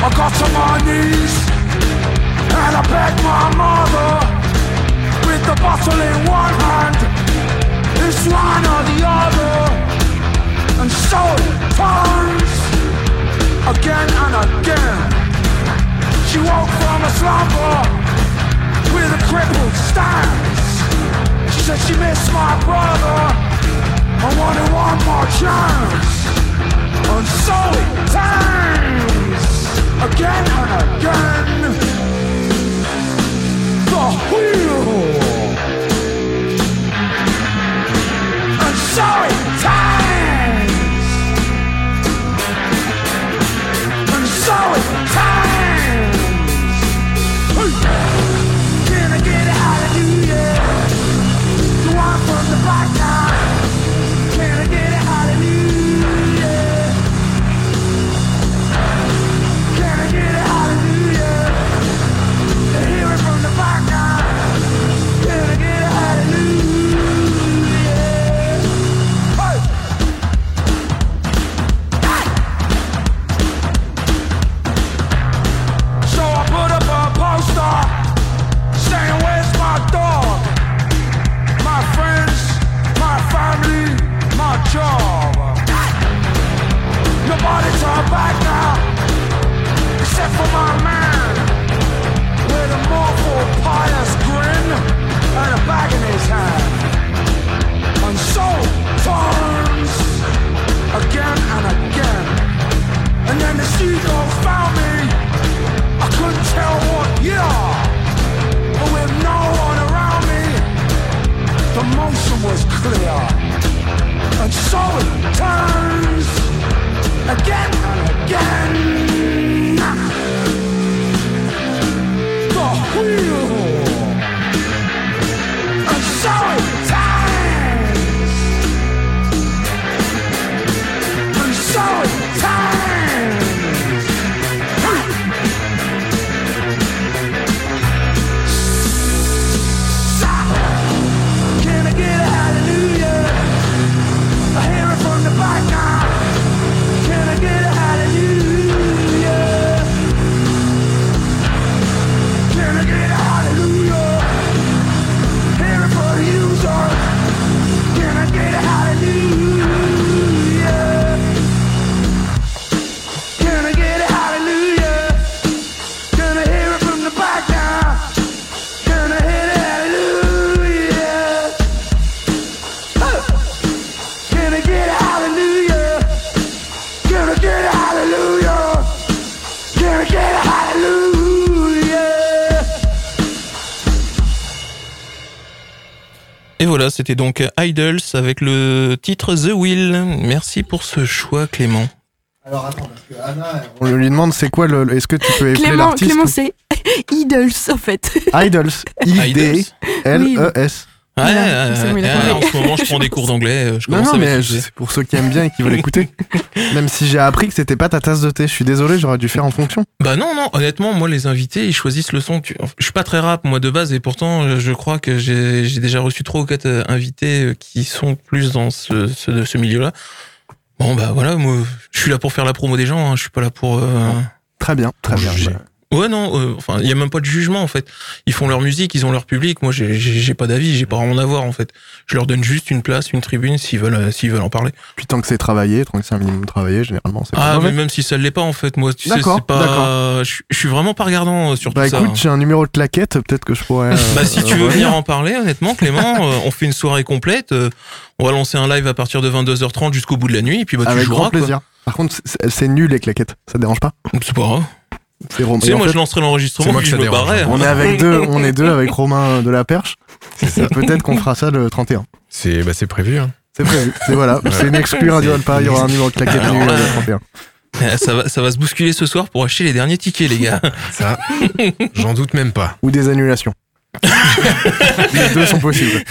[SPEAKER 8] I got on my knees and I begged my mother with the bottle in one hand, this wine or the other, and so it turns again and again. She woke from a slumber with a crippled stance. She said she missed my brother and wanted one more chance. And so it turns again and again. The wheel. And so it turns. And so it turns. Hey. Can I get a hallelujah? The one from the back now. Can I get a hallelujah? Can I get a hallelujah? I hear it from the back now. Can I get a hallelujah? Hey! So I put up a poster saying, Where's my dog? My friends, my family, my job. Nobody turn back now except for my man with a mournful, pious grin and a bag in his hand. And so turns again and again. And then the seagull found me. I couldn't tell what year, but with no one around me, the motion was clear. And so it turns again and again. The wheel and so it turns, and so it turns. Can I get a hallelujah? I hear it from the back now. Can I get a hallelujah? Can I get a hallelujah? Hear it for the user. Can I get a hallelujah? Can I get a hallelujah? Can I hear it from the back now? Can I hear a hallelujah? Huh. Can I get a hallelujah? Can I get a hallelujah? Can I get a hallelujah?
[SPEAKER 1] Et voilà, c'était donc Idols avec le titre The Wheel. Merci pour ce choix, Clément.
[SPEAKER 2] Alors attends, parce que Anna, on lui demande c'est quoi le. le- Est-ce que tu peux épeler
[SPEAKER 3] Clément,
[SPEAKER 2] l'artiste
[SPEAKER 3] Clément, c'est Idols en fait.
[SPEAKER 2] Idols.
[SPEAKER 1] Idols.
[SPEAKER 2] E I-D-L-E-S.
[SPEAKER 1] Ouais,
[SPEAKER 3] Voilà,
[SPEAKER 1] ouais,
[SPEAKER 3] c'est bon, il a
[SPEAKER 1] ouais,
[SPEAKER 3] compris.
[SPEAKER 1] en ce moment, je prends des cours d'anglais. euh, Je
[SPEAKER 2] Non,
[SPEAKER 1] commence
[SPEAKER 2] non,
[SPEAKER 1] à
[SPEAKER 2] mais
[SPEAKER 1] maîtriser.
[SPEAKER 2] c'est pour ceux qui aiment bien et qui veulent écouter. Même si j'ai appris que c'était pas ta tasse de thé, je suis désolé, j'aurais dû faire en fonction.
[SPEAKER 1] Bah non, non, honnêtement, moi, les invités, ils choisissent le son. que- enfin, Je suis pas très rap, moi, de base, et pourtant, euh, je- je crois que j'ai j'ai déjà reçu trois ou quatre euh, invités euh, qui sont plus dans ce, ce, de ce milieu-là. Bon, bah voilà, moi, je suis là pour faire la promo des gens, hein, je suis pas là pour... euh,
[SPEAKER 2] Très bien, très bien. Bah,
[SPEAKER 4] Juger.
[SPEAKER 1] Ouais, non, euh, enfin, il y a même pas de jugement, en fait. Ils font leur musique, ils ont leur public. Moi, j'ai- j'ai j'ai pas d'avis, j'ai pas à en avoir, en fait. Je leur donne juste une place, une tribune, s'ils veulent, euh, s'ils veulent en parler.
[SPEAKER 2] Puis tant que c'est travaillé, tant que c'est un minimum travaillé, généralement, c'est pas
[SPEAKER 1] Ah, mais
[SPEAKER 2] mauvais.
[SPEAKER 1] même si ça l'est pas, en fait, moi, tu sais,
[SPEAKER 2] D'accord,
[SPEAKER 1] c'est pas. Je je suis vraiment pas regardant euh, sur
[SPEAKER 2] Bah
[SPEAKER 1] tout ça.
[SPEAKER 2] écoute, j'ai un numéro de claquette, peut-être que je pourrais. euh,
[SPEAKER 1] Bah, si tu veux
[SPEAKER 2] euh,
[SPEAKER 1] venir en parler, honnêtement, Clément, euh, on fait une soirée complète. euh, on va lancer un live à partir de 22h30 jusqu'au bout de la nuit, et puis bah, tu
[SPEAKER 2] Avec
[SPEAKER 1] joueras.
[SPEAKER 2] grand plaisir. Par contre, c'est- c'est nul les claquettes, ça te dérange pas
[SPEAKER 1] quoi. C'est pas grave.
[SPEAKER 2] C'est Romain.
[SPEAKER 1] Tu sais,
[SPEAKER 2] Et en
[SPEAKER 1] moi,
[SPEAKER 2] fait,
[SPEAKER 1] je lancerai
[SPEAKER 4] c'est
[SPEAKER 1] l'enregistrement,
[SPEAKER 4] moi
[SPEAKER 1] puis je
[SPEAKER 4] que
[SPEAKER 1] me
[SPEAKER 4] ça dérange,
[SPEAKER 1] barrerai.
[SPEAKER 4] hein.
[SPEAKER 2] On est avec deux, on est deux avec Romain euh, de la Perche. Et Peut-être qu'on fera ça le 31.
[SPEAKER 4] C'est bah, c'est prévu. Hein.
[SPEAKER 2] C'est prévu. C'est voilà, c'est une exclue Radio Alpa, il y aura un numéro de claquette
[SPEAKER 1] Alors
[SPEAKER 2] nul
[SPEAKER 1] là-
[SPEAKER 2] le 31.
[SPEAKER 1] Euh, Ça va, ça va se bousculer ce soir pour acheter les derniers tickets, les gars.
[SPEAKER 4] Ça, j'en doute même pas.
[SPEAKER 2] Ou des annulations. les deux sont possibles.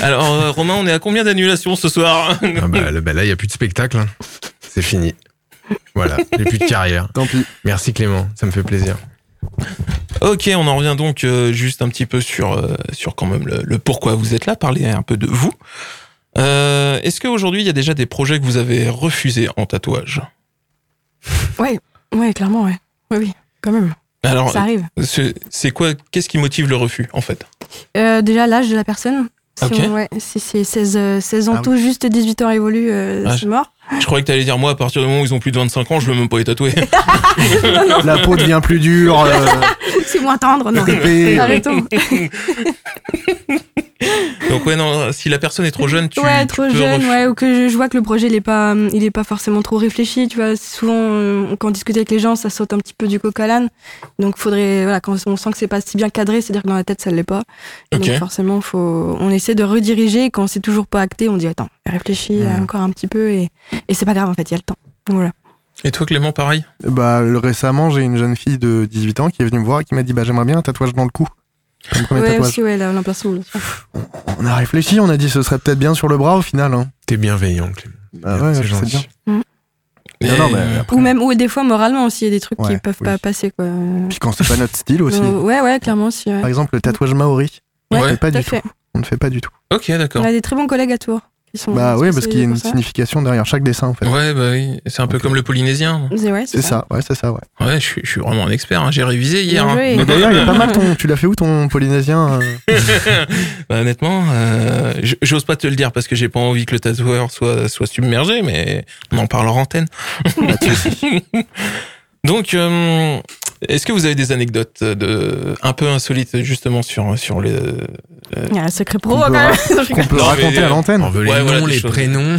[SPEAKER 1] Alors, euh, Romain, on est à combien d'annulations ce soir
[SPEAKER 4] Ah bah, le- bah, là, il n'y a plus de spectacle. hein. C'est fini. Voilà, j'ai plus de carrière.
[SPEAKER 2] Tant pis.
[SPEAKER 4] Merci Clément, ça me fait plaisir.
[SPEAKER 1] Ok, on en revient donc euh, juste un petit peu sur, euh, sur quand même le, le pourquoi vous êtes là, parler un peu de vous. Euh, Est-ce qu'aujourd'hui, il y a déjà des projets que vous avez refusés en tatouage
[SPEAKER 3] Ouais, clairement, ouais. Oui, oui, quand même.
[SPEAKER 1] Alors,
[SPEAKER 3] ça arrive.
[SPEAKER 1] c'est c'est quoi Qu'est-ce qui motive le refus, en fait
[SPEAKER 3] Euh, déjà, l'âge de la personne. Si
[SPEAKER 1] Ok.
[SPEAKER 3] on- ouais, si c'est 16, euh, 16 ans
[SPEAKER 2] Ah oui.
[SPEAKER 3] tout, juste 18 ans révolus, euh,
[SPEAKER 1] Ah,
[SPEAKER 3] c'est mort.
[SPEAKER 1] Je croyais que t'allais dire, moi, à partir du moment où ils ont plus de 25 ans, je veux même pas les tatouer.
[SPEAKER 2] La peau devient plus dure, euh,
[SPEAKER 3] c'est moins tendre, non.
[SPEAKER 2] coupée.
[SPEAKER 3] Arrêtons.
[SPEAKER 1] Donc, ouais, non, si la personne est trop jeune, tu,
[SPEAKER 3] ouais,
[SPEAKER 1] tu
[SPEAKER 3] trop
[SPEAKER 1] peux
[SPEAKER 3] jeune,
[SPEAKER 1] refu-
[SPEAKER 3] ouais, ou que je, je vois que le projet il est pas, hum, il est pas forcément trop réfléchi, tu vois. Souvent, euh, quand on discute avec les gens, ça saute un petit peu du coq à l'âne. Donc, faudrait, voilà, quand on sent que c'est pas si bien cadré, c'est-à-dire que dans la tête, ça l'est pas.
[SPEAKER 1] Ok.
[SPEAKER 3] Donc, forcément, faut, on essaie de rediriger. Et Quand c'est toujours pas acté, on dit attends, réfléchis
[SPEAKER 2] Hmm.
[SPEAKER 3] euh, encore un petit peu et, et c'est pas grave en fait, il y a le temps. Voilà.
[SPEAKER 1] Et toi, Clément, pareil
[SPEAKER 2] Bah, le- récemment, j'ai une jeune fille de 18 ans qui est venue me voir et qui m'a dit Bah, j'aimerais bien un tatouage dans le cou. Comme premier
[SPEAKER 3] ouais,
[SPEAKER 2] tatouage.
[SPEAKER 3] aussi, ouais, là, l'emplacement.
[SPEAKER 2] On a réfléchi, on a dit ce serait peut-être bien sur le bras au final. Hein.
[SPEAKER 4] T'es bienveillant Clément.
[SPEAKER 3] Ah
[SPEAKER 2] Bah ouais,
[SPEAKER 4] c'est
[SPEAKER 2] je sais
[SPEAKER 4] gentil.
[SPEAKER 2] bien.
[SPEAKER 1] Et- euh,
[SPEAKER 2] Non, non, mais après-
[SPEAKER 3] Ou même, ou des fois, moralement aussi, il y a des trucs qui
[SPEAKER 2] Ouais,
[SPEAKER 3] peuvent
[SPEAKER 2] oui.
[SPEAKER 3] pas passer, quoi.
[SPEAKER 2] Puis quand c'est pas notre style aussi.
[SPEAKER 3] Euh, ouais, ouais, clairement, aussi. ouais.
[SPEAKER 2] Par exemple, le tatouage maori,
[SPEAKER 1] Ouais,
[SPEAKER 2] on ne fait pas
[SPEAKER 3] Tout à
[SPEAKER 2] du
[SPEAKER 3] fait.
[SPEAKER 2] tout. On ne fait pas du tout.
[SPEAKER 1] Ok, d'accord.
[SPEAKER 3] On a des très bons collègues à Tours. qui sont
[SPEAKER 2] Bah oui, parce qu'il y a une
[SPEAKER 3] spécialisés pour ça.
[SPEAKER 2] signification derrière chaque dessin en fait.
[SPEAKER 1] Ouais, bah oui, c'est un peu comme le polynésien.
[SPEAKER 3] C'est ouais,
[SPEAKER 2] C'est ça, ouais, c'est ça, ouais.
[SPEAKER 1] Ouais, je suis, je suis vraiment un expert, hein, j'ai révisé hier.
[SPEAKER 3] Bien
[SPEAKER 1] hein.
[SPEAKER 3] joué.
[SPEAKER 2] Mais d'ailleurs, il y a pas mal ton. Tu l'as fait où ton polynésien euh
[SPEAKER 1] Bah, honnêtement, euh, j- j'ose pas te le dire parce que j'ai pas envie que le tatoueur soit, soit submergé, mais on en parle en antenne. Donc, euh, est-ce que vous avez des anecdotes de un peu insolites justement sur sur le
[SPEAKER 3] Il y a un secret pro
[SPEAKER 2] Qu'on
[SPEAKER 3] quand
[SPEAKER 2] peut
[SPEAKER 3] même.
[SPEAKER 2] Qu'on peut
[SPEAKER 1] Non,
[SPEAKER 2] raconter
[SPEAKER 1] mais,
[SPEAKER 2] à l'antenne.
[SPEAKER 4] On veut les
[SPEAKER 1] Ouais,
[SPEAKER 4] noms,
[SPEAKER 1] voilà, des
[SPEAKER 4] les
[SPEAKER 1] choses.
[SPEAKER 4] prénoms.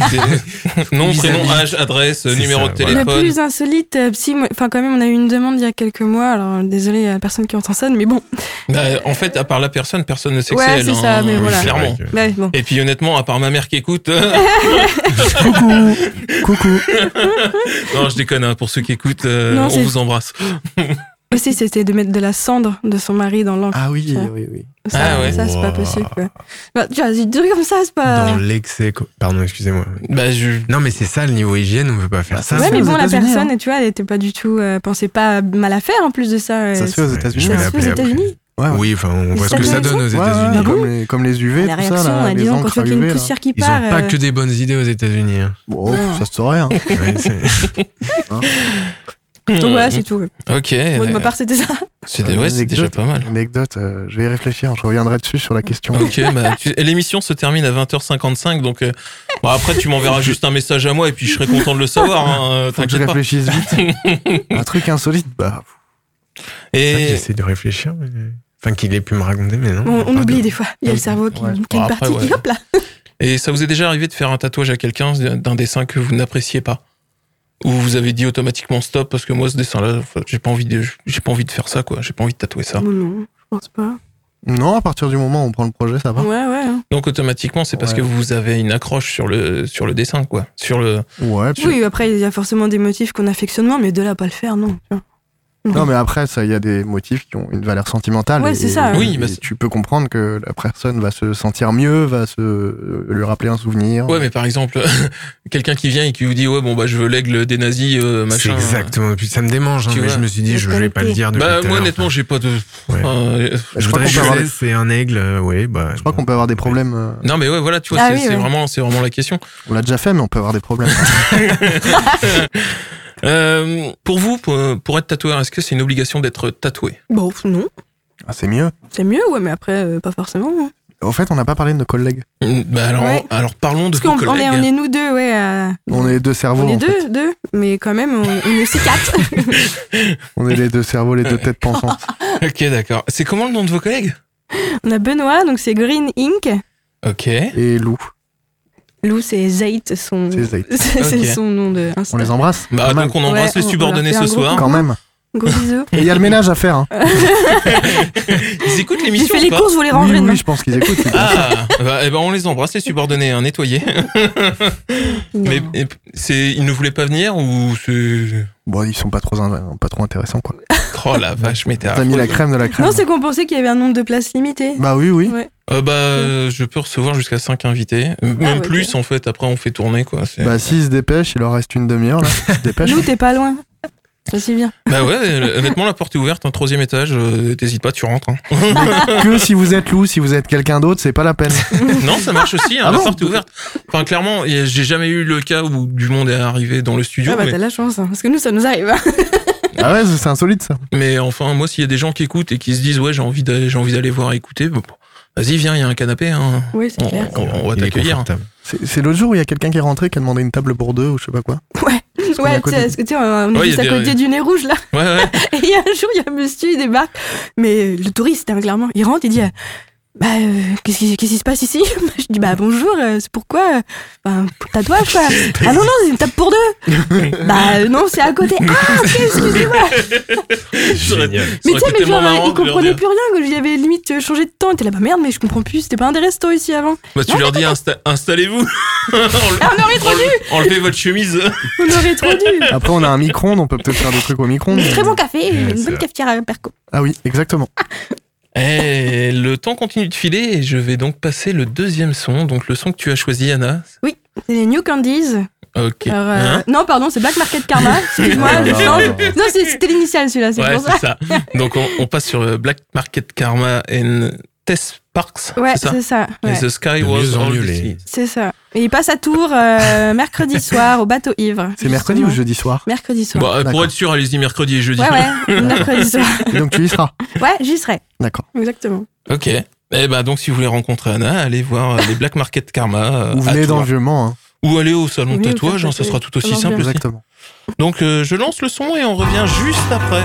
[SPEAKER 1] nom,
[SPEAKER 4] Vis-à-vis.
[SPEAKER 1] prénom, âge, adresse,
[SPEAKER 4] C'est
[SPEAKER 1] numéro
[SPEAKER 4] ça,
[SPEAKER 1] de
[SPEAKER 4] voilà.
[SPEAKER 3] Le
[SPEAKER 1] téléphone
[SPEAKER 3] plus insolite, euh, si, moi- enfin quand même, on a eu une demande il y a quelques mois. Alors désolé à la personne qui entend ça, mais bon.
[SPEAKER 1] Bah, En fait, à part la personne, personne ne sait
[SPEAKER 3] Ouais,
[SPEAKER 1] que c'est
[SPEAKER 3] c'est
[SPEAKER 1] elle.
[SPEAKER 3] ça,
[SPEAKER 1] hein,
[SPEAKER 3] mais voilà.
[SPEAKER 1] Clairement.
[SPEAKER 4] euh,
[SPEAKER 3] Bah, bon.
[SPEAKER 1] Et puis honnêtement, à part ma mère qui écoute, euh,
[SPEAKER 2] Coucou, coucou.
[SPEAKER 1] non, je déconne. hein, pour ceux qui écoutent, euh,
[SPEAKER 3] Non,
[SPEAKER 1] on
[SPEAKER 3] c'est-
[SPEAKER 1] vous embrasse.
[SPEAKER 3] Aussi, c'était de mettre de la cendre de son mari dans l'encre.
[SPEAKER 2] Ah oui,
[SPEAKER 3] Ouais.
[SPEAKER 2] oui, oui.
[SPEAKER 3] Ça,
[SPEAKER 1] ah ouais.
[SPEAKER 3] ça c'est pas
[SPEAKER 4] Wow.
[SPEAKER 3] possible. Quoi. Bah, tu vois, des trucs comme ça, c'est
[SPEAKER 4] Dans
[SPEAKER 3] pas.
[SPEAKER 4] l'excès. quoi. Pardon, excusez-moi.
[SPEAKER 1] Bah, je...
[SPEAKER 4] Non, mais c'est ça le niveau hygiène, on veut pas faire ça.
[SPEAKER 2] se
[SPEAKER 3] ouais,
[SPEAKER 2] fait
[SPEAKER 3] mais
[SPEAKER 2] aux
[SPEAKER 3] bon, la
[SPEAKER 2] États-Unis, hein.
[SPEAKER 3] personne, et tu vois, elle était pas du tout. euh, pensait pas mal à faire en plus de ça. euh,
[SPEAKER 2] Ça se fait aux
[SPEAKER 4] Ouais,
[SPEAKER 2] États-Unis.
[SPEAKER 4] je vais
[SPEAKER 3] Ça se fait aux
[SPEAKER 4] l'appeler après.
[SPEAKER 3] États-Unis.
[SPEAKER 2] Ouais, ouais.
[SPEAKER 4] Oui, enfin, on
[SPEAKER 3] Mais
[SPEAKER 4] voit ce
[SPEAKER 3] ça
[SPEAKER 4] que
[SPEAKER 3] donne
[SPEAKER 4] ça
[SPEAKER 3] raison.
[SPEAKER 4] donne aux
[SPEAKER 2] Ouais, ouais,
[SPEAKER 4] États-Unis.
[SPEAKER 2] comme, les, comme les UV,
[SPEAKER 3] la
[SPEAKER 2] tout
[SPEAKER 3] réaction,
[SPEAKER 2] ça, là,
[SPEAKER 3] là,
[SPEAKER 2] les
[SPEAKER 3] disons, quand
[SPEAKER 2] encres
[SPEAKER 3] tu vois
[SPEAKER 2] à
[SPEAKER 3] qu'il y a une
[SPEAKER 2] UV. là.
[SPEAKER 3] poussière qui
[SPEAKER 4] Ils
[SPEAKER 3] part.
[SPEAKER 4] ont pas
[SPEAKER 3] euh,
[SPEAKER 4] que des bonnes idées aux États-Unis. hein.
[SPEAKER 2] Bon, ça se saurait. Hein.
[SPEAKER 4] Ouais, c'est-
[SPEAKER 3] Donc voilà, c'est tout.
[SPEAKER 1] Hmm, Ok.
[SPEAKER 3] Moi, de ma part, c'était ça.
[SPEAKER 1] C'était ouais, c'est déjà
[SPEAKER 2] Anecdote.
[SPEAKER 1] pas mal.
[SPEAKER 2] Anecdote, euh, je vais y réfléchir, je reviendrai dessus sur la question.
[SPEAKER 1] Ok, bah, tu- et l'émission se termine à 20h55, donc euh, bon, après tu m'enverras juste un message à moi et puis je serai content de le savoir, hein, euh,
[SPEAKER 2] Faut que je
[SPEAKER 1] t'inquiète pas.
[SPEAKER 2] réfléchisse vite. Un truc insolite, bah.
[SPEAKER 4] C'est vrai que
[SPEAKER 1] Et
[SPEAKER 4] J'essaie de réfléchir, mais... enfin qu'il ait pu me raconter, mais non.
[SPEAKER 3] On, on
[SPEAKER 4] Pas
[SPEAKER 3] oublie
[SPEAKER 4] Ah, de-
[SPEAKER 3] des fois. Il y a le cerveau qui,
[SPEAKER 2] Ouais.
[SPEAKER 3] qui
[SPEAKER 1] Bon,
[SPEAKER 3] est
[SPEAKER 1] après,
[SPEAKER 3] parti, qui
[SPEAKER 1] ouais.
[SPEAKER 3] hop là.
[SPEAKER 1] et ça vous est déjà arrivé de faire un tatouage à quelqu'un d'un dessin que vous n'appréciez pas ou vous avez dit automatiquement stop parce que moi ce dessin-là enfin, j'ai pas envie de j'ai pas envie de faire ça quoi, j'ai pas envie de tatouer ça.
[SPEAKER 3] Non, non, je pense pas.
[SPEAKER 2] Non, à partir du moment où on prend le projet, ça va.
[SPEAKER 3] Ouais, ouais. hein.
[SPEAKER 1] Donc automatiquement c'est parce
[SPEAKER 2] Ouais.
[SPEAKER 1] que vous avez une accroche sur le sur le dessin quoi, sur le
[SPEAKER 2] Ouais, puis-
[SPEAKER 3] Oui, après, il y a forcément des motifs qu'on affectionne moins, mais de là, à pas le faire, non. tu vois.
[SPEAKER 2] Non, mais après, ça, il y a des motifs qui ont une valeur sentimentale.
[SPEAKER 3] Ouais,
[SPEAKER 2] et-
[SPEAKER 3] c'est ça.
[SPEAKER 2] et-
[SPEAKER 1] Oui,
[SPEAKER 2] et
[SPEAKER 1] bah, c'est-
[SPEAKER 2] tu peux comprendre que la personne va se sentir mieux, va se euh, lui rappeler un souvenir.
[SPEAKER 1] Ouais, mais par exemple, quelqu'un qui vient et qui vous dit, ouais, bon, bah, je veux l'aigle des nazis, euh,
[SPEAKER 4] C'est
[SPEAKER 1] machin.
[SPEAKER 4] exactement. Puis ça me démange, hein,
[SPEAKER 1] Tu
[SPEAKER 4] mais
[SPEAKER 1] vois.
[SPEAKER 4] je me suis dit, je, je vais pas le dire. depuis
[SPEAKER 1] Bah,
[SPEAKER 4] tout à
[SPEAKER 1] moi,
[SPEAKER 4] l'heure.
[SPEAKER 1] honnêtement, j'ai pas de.
[SPEAKER 4] Ouais.
[SPEAKER 1] Euh,
[SPEAKER 4] Bah, je
[SPEAKER 2] Je crois
[SPEAKER 4] voudrais
[SPEAKER 2] qu'on peut avoir
[SPEAKER 4] jurer, c'est un aigle. euh, oui, bah.
[SPEAKER 2] Je crois qu'on peut avoir des problèmes. euh,
[SPEAKER 1] Non, mais ouais, voilà, tu vois,
[SPEAKER 3] Ah
[SPEAKER 1] c'est
[SPEAKER 3] oui,
[SPEAKER 1] c'est
[SPEAKER 3] ouais.
[SPEAKER 1] vraiment, c'est vraiment la question.
[SPEAKER 2] On l'a déjà fait, mais on peut avoir des problèmes.
[SPEAKER 1] Euh, pour vous, pour, pour être tatoueur, est-ce que c'est une obligation d'être tatoué
[SPEAKER 2] Bah,
[SPEAKER 3] Bon, non,
[SPEAKER 2] Ah, c'est mieux.
[SPEAKER 3] c'est mieux, ouais, mais après, euh, pas forcément. hein.
[SPEAKER 2] Au fait, on n'a pas parlé de nos collègues.
[SPEAKER 1] Mm, Bah alors,
[SPEAKER 3] Ouais.
[SPEAKER 1] alors parlons de
[SPEAKER 3] Parce
[SPEAKER 1] vos
[SPEAKER 3] qu'on on est,
[SPEAKER 1] collègues.
[SPEAKER 3] on est nous deux, ouais. à-
[SPEAKER 2] On est deux cerveaux.
[SPEAKER 3] on est
[SPEAKER 2] en fait.
[SPEAKER 3] deux, deux, mais quand même, on, on est aussi quatre.
[SPEAKER 2] On est les deux cerveaux, les deux têtes pensantes.
[SPEAKER 1] Ok, d'accord. C'est comment le nom de vos collègues
[SPEAKER 3] on a Benoît, donc c'est Green Inc.
[SPEAKER 1] Ok.
[SPEAKER 2] Et Lou,
[SPEAKER 3] Lou, c'est Zayt, son...
[SPEAKER 2] c'est Zayt.
[SPEAKER 3] c'est c'est
[SPEAKER 1] Ok.
[SPEAKER 3] son nom de Insta.
[SPEAKER 2] On les embrasse.
[SPEAKER 1] Bah,
[SPEAKER 2] quand même.
[SPEAKER 1] donc on embrasse
[SPEAKER 3] Ouais,
[SPEAKER 1] les
[SPEAKER 3] on- on
[SPEAKER 1] subordonnés
[SPEAKER 3] leur
[SPEAKER 1] ce
[SPEAKER 3] fait un gros
[SPEAKER 1] soir.
[SPEAKER 2] Quand même.
[SPEAKER 3] Gros bisous.
[SPEAKER 2] Et il y a le ménage à faire. Hein.
[SPEAKER 1] Ils écoutent
[SPEAKER 3] J'ai
[SPEAKER 1] l'émission
[SPEAKER 3] fait
[SPEAKER 1] ou
[SPEAKER 3] les
[SPEAKER 1] pas
[SPEAKER 3] courses, vous les
[SPEAKER 2] Oui,
[SPEAKER 3] rentrez
[SPEAKER 2] oui,
[SPEAKER 3] demain.
[SPEAKER 2] je pense qu'ils écoutent.
[SPEAKER 1] Ah, bah, eh ben on les embrasse les subordonnés, hein, nettoyés. Mais
[SPEAKER 3] Non.
[SPEAKER 1] et, c'est, ils ne voulaient pas venir ou c'est...
[SPEAKER 2] Bon, ils sont pas trop, in- pas trop intéressants, quoi.
[SPEAKER 1] Oh la vache, mais t'es
[SPEAKER 2] T'as mis
[SPEAKER 1] affreux.
[SPEAKER 2] la crème de la crème.
[SPEAKER 3] Non, c'est qu'on pensait qu'il y avait un nombre de places limitées.
[SPEAKER 2] Bah oui, oui.
[SPEAKER 1] Euh, bah, euh, je peux recevoir jusqu'à 5 invités, même
[SPEAKER 3] ouais,
[SPEAKER 1] plus en fait. Après, on fait tourner quoi. c'est- Bah,
[SPEAKER 2] Bah s'ils se dépêchent, il leur reste une demi-heure là. S'ils se dépêchent.
[SPEAKER 3] Lou, t'es pas loin. Ça, c'est bien.
[SPEAKER 1] ouais, euh, honnêtement, la porte est ouverte, un troisième étage. euh, T'hésites pas, tu rentres. hein.
[SPEAKER 2] que si vous êtes Lou, si vous êtes quelqu'un d'autre, c'est pas la peine.
[SPEAKER 1] non, ça marche aussi. Hein,
[SPEAKER 2] Ah
[SPEAKER 1] la
[SPEAKER 2] bon
[SPEAKER 1] porte est ouverte. Enfin, clairement, et j'ai jamais eu le cas où du monde est arrivé dans le studio.
[SPEAKER 3] Ah bah
[SPEAKER 1] mais-
[SPEAKER 3] t'as la chance, hein, parce que nous ça nous arrive.
[SPEAKER 2] Ah ouais, c'est insolite ça.
[SPEAKER 1] Mais enfin, moi, s'il y a des gens qui écoutent et qui se disent, ouais, j'ai envie d'aller, j'ai envie d'aller voir écouter, bon, bon, vas-y, viens, il y a un canapé, hein.
[SPEAKER 3] Oui, c'est
[SPEAKER 1] On,
[SPEAKER 3] clair.
[SPEAKER 1] on- on va
[SPEAKER 4] Il est
[SPEAKER 1] t'accueillir.
[SPEAKER 4] confortable.
[SPEAKER 2] C'est c'est l'autre jour où il y a quelqu'un qui est rentré qui a demandé une table pour deux ou je sais pas quoi. qu'on est à
[SPEAKER 3] Ouais, tu
[SPEAKER 2] côté.
[SPEAKER 3] sais, parce que tu sais, on
[SPEAKER 1] Ouais,
[SPEAKER 3] est
[SPEAKER 1] y a
[SPEAKER 3] juste à
[SPEAKER 1] des-
[SPEAKER 3] côté du nez rouge là.
[SPEAKER 1] Ouais, ouais.
[SPEAKER 3] Et il y a un jour, il y a un monsieur, il débarque. Mais le touriste, hein, clairement, il rentre, il dit euh, Bah, euh, qu'est-ce qui, qu'est-ce qui se passe ici Moi, Je dis Bah, bonjour, euh, c'est pourquoi euh, ben, pour Tatouage, quoi. Ah non, non, c'est une table pour deux. bah, euh, non, c'est à côté. Ah, ok, excusez-moi.
[SPEAKER 1] Génial.
[SPEAKER 3] Mais tu sais, mais genre, il comprenait plus rien. que J'avais limite euh, changé de temps. Il était là, bah merde, mais je comprends plus. C'était pas un des restos ici avant.
[SPEAKER 1] Bah, tu leur dis, insta- installez-vous. Enle-
[SPEAKER 3] Ah, on aurait trop dû
[SPEAKER 1] enle- Enlevez votre chemise.
[SPEAKER 3] On aurait trop dû
[SPEAKER 2] Après on a un micro-ondes, on peut peut-être faire des trucs au micro-ondes.
[SPEAKER 3] Très bon café,
[SPEAKER 4] Ouais,
[SPEAKER 3] une
[SPEAKER 4] c'est
[SPEAKER 3] bonne
[SPEAKER 4] vrai.
[SPEAKER 3] cafetière à Perco.
[SPEAKER 2] Ah oui, exactement.
[SPEAKER 1] Eh, le temps continue de filer et je vais donc passer le deuxième son, donc le son que tu as choisi, Anna.
[SPEAKER 3] C'est les New Candies.
[SPEAKER 1] Ok.
[SPEAKER 3] Alors, euh,
[SPEAKER 1] Hein
[SPEAKER 3] non, pardon, c'est Black Market Karma. Excuse-moi,
[SPEAKER 2] Oh là
[SPEAKER 3] je
[SPEAKER 2] là.
[SPEAKER 3] change. Non, c'est- c'était l'initial celui-là, c'est
[SPEAKER 1] ouais,
[SPEAKER 3] pour ça.
[SPEAKER 1] c'est ça. donc, on, on passe sur euh, Black Market Karma and Tess Parks.
[SPEAKER 3] Ouais,
[SPEAKER 1] c'est ça.
[SPEAKER 3] c'est ça.
[SPEAKER 1] And
[SPEAKER 3] ouais,
[SPEAKER 1] the sky
[SPEAKER 4] De
[SPEAKER 1] was
[SPEAKER 4] mieux en
[SPEAKER 1] all
[SPEAKER 4] mieux,
[SPEAKER 1] this
[SPEAKER 4] les-
[SPEAKER 1] is.
[SPEAKER 3] C'est ça. Et il passe à Tours euh, mercredi soir au bateau ivre.
[SPEAKER 2] C'est mercredi ou
[SPEAKER 3] Justement.
[SPEAKER 2] jeudi soir.
[SPEAKER 3] Mercredi soir.
[SPEAKER 1] Bah, euh, pour
[SPEAKER 2] D'accord.
[SPEAKER 1] être sûr, allez-y mercredi et jeudi.
[SPEAKER 3] ouais, ouais, mercredi soir.
[SPEAKER 2] Et donc tu y seras.
[SPEAKER 3] Ouais, j'y serai.
[SPEAKER 2] D'accord.
[SPEAKER 3] Exactement.
[SPEAKER 1] Ok. Eh ben donc si vous voulez rencontrer Anna, allez voir euh, les Black Market Karma. euh,
[SPEAKER 2] Ou
[SPEAKER 1] à
[SPEAKER 2] venez dans
[SPEAKER 1] Tours.
[SPEAKER 2] le vieux Mans. hein.
[SPEAKER 1] Ou allez au salon de
[SPEAKER 3] Oui, au
[SPEAKER 1] tatouage,
[SPEAKER 3] salon
[SPEAKER 1] hein, ça
[SPEAKER 3] de
[SPEAKER 1] sera tout aussi
[SPEAKER 3] tatouage.
[SPEAKER 1] simple. aussi.
[SPEAKER 2] Exactement.
[SPEAKER 1] Donc euh, je lance le son et on revient juste après.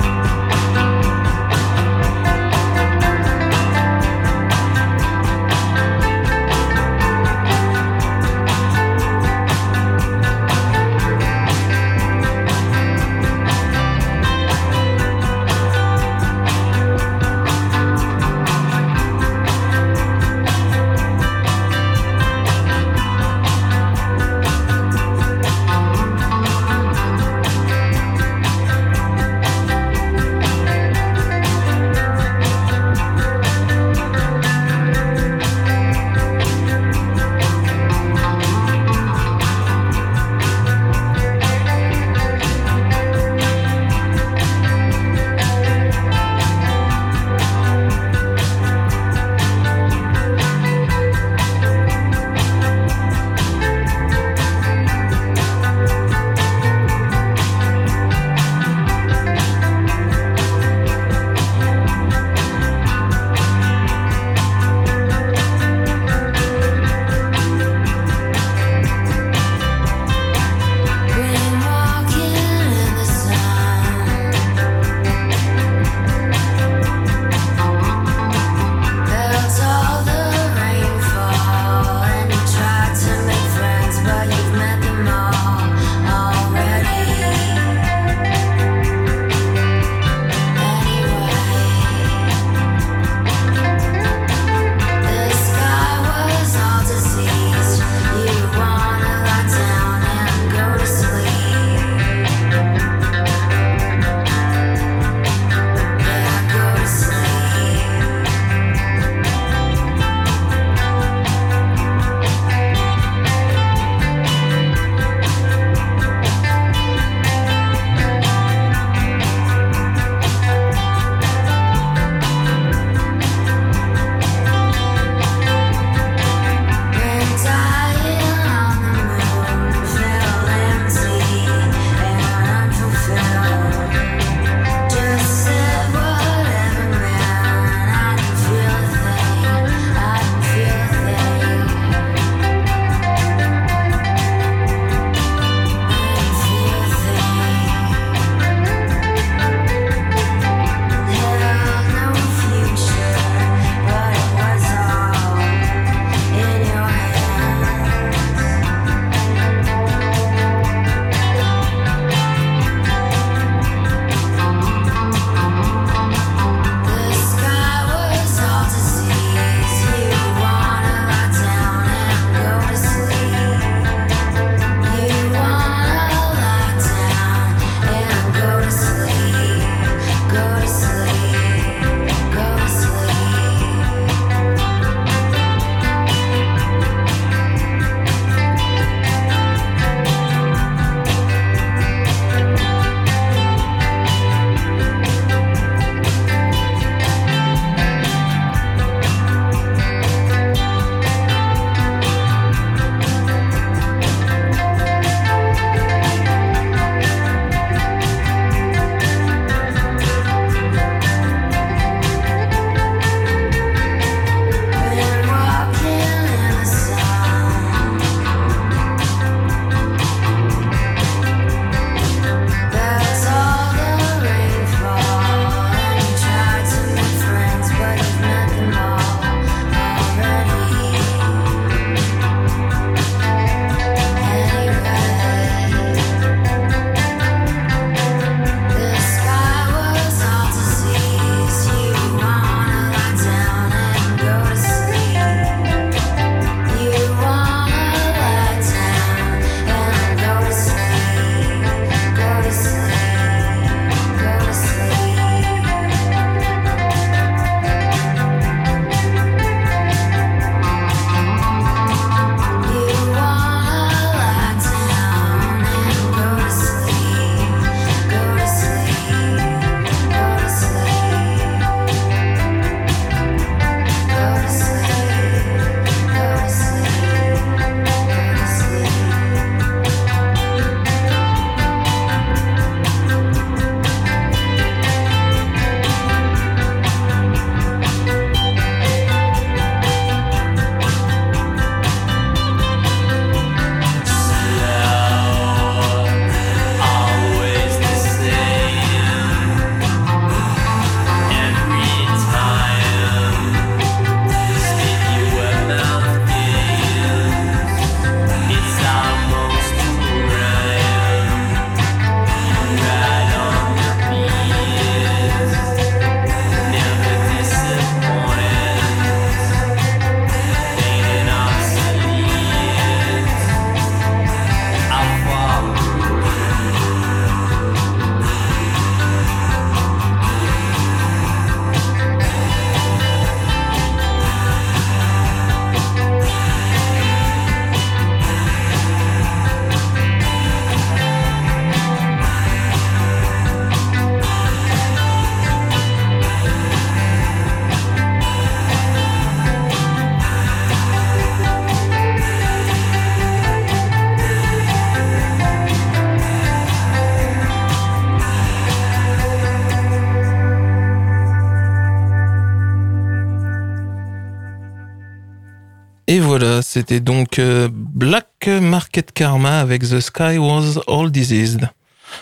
[SPEAKER 1] Et voilà, c'était donc euh, Black Market Karma avec The Sky Was All Diseased.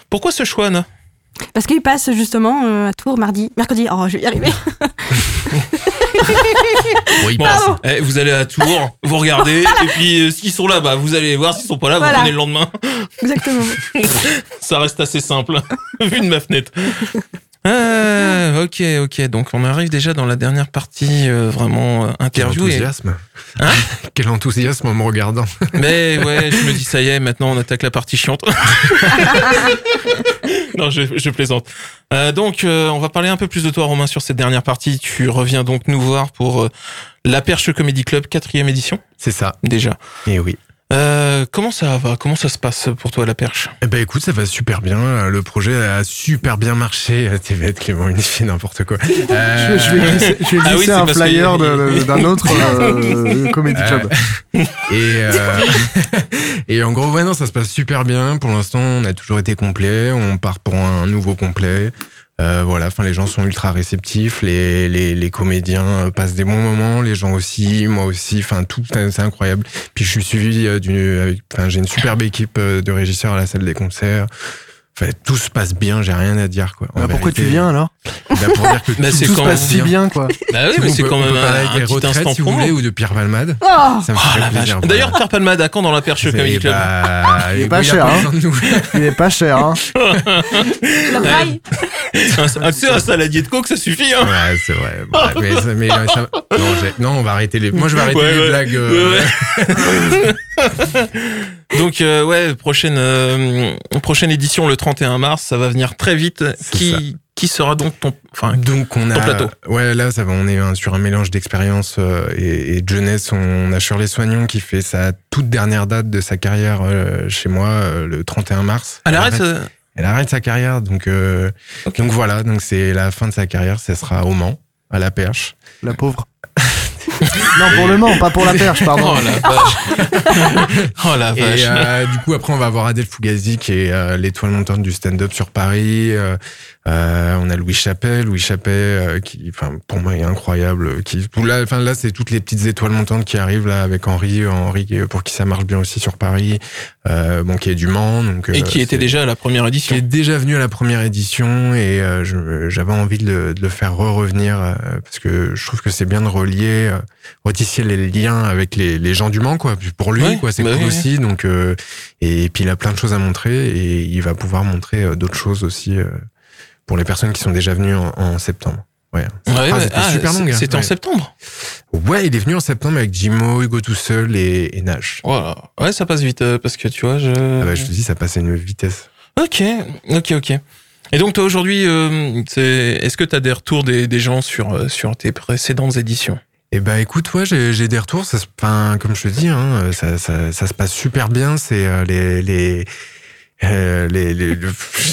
[SPEAKER 1] Pourquoi ce choix, Anna
[SPEAKER 3] Parce qu'il passe justement euh, à Tours mardi, mercredi. Oh, je vais y arriver.
[SPEAKER 4] Oui,
[SPEAKER 1] Bon, eh, vous allez à Tours, vous regardez, et puis euh, s'ils sont là, bah, vous allez les voir, s'ils sont pas là, vous
[SPEAKER 3] Voilà.
[SPEAKER 1] venez le lendemain.
[SPEAKER 3] Exactement.
[SPEAKER 1] Ça reste assez simple, vu de ma fenêtre. Ah, ok, ok. Donc on arrive déjà dans la dernière partie euh, vraiment euh,
[SPEAKER 4] Quel
[SPEAKER 1] interview. et-
[SPEAKER 4] enthousiasme.
[SPEAKER 1] Hein
[SPEAKER 4] Quel enthousiasme en me regardant.
[SPEAKER 1] Mais ouais, je me dis ça y est, maintenant on attaque la partie chiante. non, je, je plaisante. Euh, donc euh, on va parler un peu plus de toi, Romain, sur cette dernière partie. Tu reviens donc nous voir pour euh, la Perche Comedy Club quatrième édition
[SPEAKER 4] C'est ça.
[SPEAKER 1] déjà.
[SPEAKER 4] Et Eh oui.
[SPEAKER 1] Euh, comment ça va Comment ça se passe pour toi la Perche
[SPEAKER 4] Eh ben écoute, ça va super bien. Euh, Le projet a super bien marché. Euh, T'es bête, Clément, il fait n'importe quoi. Euh,
[SPEAKER 2] Je, je vais glisser, je vais
[SPEAKER 1] Ah oui,
[SPEAKER 2] glisser
[SPEAKER 1] c'est
[SPEAKER 2] un
[SPEAKER 1] parce
[SPEAKER 2] flyer
[SPEAKER 1] que-
[SPEAKER 2] de- de- d'un autre euh, comedy
[SPEAKER 4] Euh,
[SPEAKER 2] club.
[SPEAKER 4] Et, euh, et en gros, ouais, non, ça se passe super bien. Pour l'instant, on a toujours été complet. On part pour un nouveau complet. Euh, voilà, enfin, les gens sont ultra réceptifs. Les, les, les comédiens euh, passent des bons moments. Les gens aussi, moi aussi. Enfin, tout, c'est c'est incroyable. Puis je suis suivi euh, d'une, avec- enfin, j'ai une superbe équipe euh, de régisseurs à la salle des concerts. Enfin, tout se passe bien. J'ai rien à dire, quoi. En
[SPEAKER 2] Bah, pourquoi
[SPEAKER 4] vérité,
[SPEAKER 2] tu viens alors
[SPEAKER 4] bah, pour dire que
[SPEAKER 1] Bah,
[SPEAKER 4] tout
[SPEAKER 1] c'est
[SPEAKER 2] Tout se
[SPEAKER 1] quand
[SPEAKER 2] passe si
[SPEAKER 1] on vient.
[SPEAKER 2] bien quoi.
[SPEAKER 1] Bah oui, mais
[SPEAKER 4] on
[SPEAKER 1] c'est
[SPEAKER 4] peut-
[SPEAKER 1] quand
[SPEAKER 4] on peut
[SPEAKER 1] même
[SPEAKER 4] parler
[SPEAKER 1] un,
[SPEAKER 4] avec les
[SPEAKER 1] un petit
[SPEAKER 4] retraites,
[SPEAKER 1] instant
[SPEAKER 4] si vous
[SPEAKER 1] promo.
[SPEAKER 4] voulez, ou de Pierre Palmade.
[SPEAKER 3] Oh
[SPEAKER 4] Ça me
[SPEAKER 1] Oh
[SPEAKER 4] ferait
[SPEAKER 1] la
[SPEAKER 4] plaisir,
[SPEAKER 1] vache.
[SPEAKER 4] voilà.
[SPEAKER 1] D'ailleurs, Pierre Palmade, à quand dans la perche Comedy Club
[SPEAKER 4] bah,
[SPEAKER 2] Il est pas cher, hein. Il est pas cher. Hein.
[SPEAKER 3] la braille.
[SPEAKER 1] un, un- tu sais, un saladier de coke, ça suffit. Hein
[SPEAKER 4] Ouais, c'est vrai. Ouais, mais ça- mais euh, ça- non, j'ai- non, on va arrêter les. Moi, je vais arrêter
[SPEAKER 1] Ouais,
[SPEAKER 4] les
[SPEAKER 1] ouais.
[SPEAKER 4] blagues. euh,
[SPEAKER 1] Ouais, Donc, euh, ouais, prochaine, euh, prochaine édition le 31 mars, ça va venir très vite.
[SPEAKER 4] C'est ça.
[SPEAKER 1] Qui, qui sera donc ton. Enfin,
[SPEAKER 4] Donc on
[SPEAKER 1] Ton
[SPEAKER 4] a,
[SPEAKER 1] plateau.
[SPEAKER 4] ouais là ça va, on est euh, sur un mélange d'expérience euh, et, et de jeunesse. On a Shirley Soignon qui fait sa toute dernière date de sa carrière euh, chez moi euh, le 31 mars.
[SPEAKER 1] elle arrête.
[SPEAKER 4] elle,
[SPEAKER 1] euh,
[SPEAKER 4] elle arrête sa carrière donc euh,
[SPEAKER 1] Ok.
[SPEAKER 4] donc voilà donc c'est la fin de sa carrière. Ça sera au Mans à la Perche.
[SPEAKER 2] La pauvre. non pour le Mans, pas pour la perche, pardon.
[SPEAKER 1] Oh la vache. oh la vache.
[SPEAKER 4] Et euh, du coup, après, on va avoir Adèle Fugazi, qui est euh, l'étoile montante du stand-up sur Paris. Euh, euh, on a Louis Chappet, Louis Chappet, euh, qui, enfin, pour moi, est incroyable. euh, Qui, ou là, enfin, là, c'est toutes les petites étoiles montantes qui arrivent là avec Henri, euh, Henri qui- pour qui ça marche bien aussi sur Paris. Euh, bon, qui est du Mans, donc.
[SPEAKER 1] Et
[SPEAKER 4] euh,
[SPEAKER 1] qui était
[SPEAKER 4] c'est-
[SPEAKER 1] déjà à la première
[SPEAKER 4] qui
[SPEAKER 1] édition.
[SPEAKER 4] est déjà venu à la première édition et euh, je- j'avais envie de le, de le faire re-revenir euh, parce que je trouve que c'est bien de relier, euh, retisser les liens avec les, les gens du Mans quoi. Puis Pour lui
[SPEAKER 1] Ouais,
[SPEAKER 4] quoi, c'est
[SPEAKER 1] bah
[SPEAKER 4] cool
[SPEAKER 1] oui,
[SPEAKER 4] aussi. Donc euh, et puis il a plein de choses à montrer et il va pouvoir montrer euh, d'autres choses aussi euh, pour les personnes qui sont déjà venues en, en septembre. Ouais.
[SPEAKER 1] Ouais, ouais.
[SPEAKER 4] c'était
[SPEAKER 1] Ah,
[SPEAKER 4] super
[SPEAKER 1] c'est-
[SPEAKER 4] long, hein.
[SPEAKER 1] C'était en
[SPEAKER 4] Ouais.
[SPEAKER 1] septembre.
[SPEAKER 4] Ouais, il est venu en septembre avec Jimo, Hugo tout seul et, et Nash.
[SPEAKER 1] Voilà. Ouais, ça passe vite euh, parce que tu vois, je.
[SPEAKER 4] Ah bah, je te dis, ça passait une vitesse.
[SPEAKER 1] Ok, ok, ok. Et donc toi aujourd'hui, euh, c'est- est-ce que tu as des retours des, des gens sur, euh, sur tes précédentes éditions
[SPEAKER 4] Eh ben écoute, ouais, j'ai j'ai des retours. Ça, se- enfin, comme je te dis, hein, euh, ça, ça, ça se passe super bien. C'est euh, les les euh, les, les, le-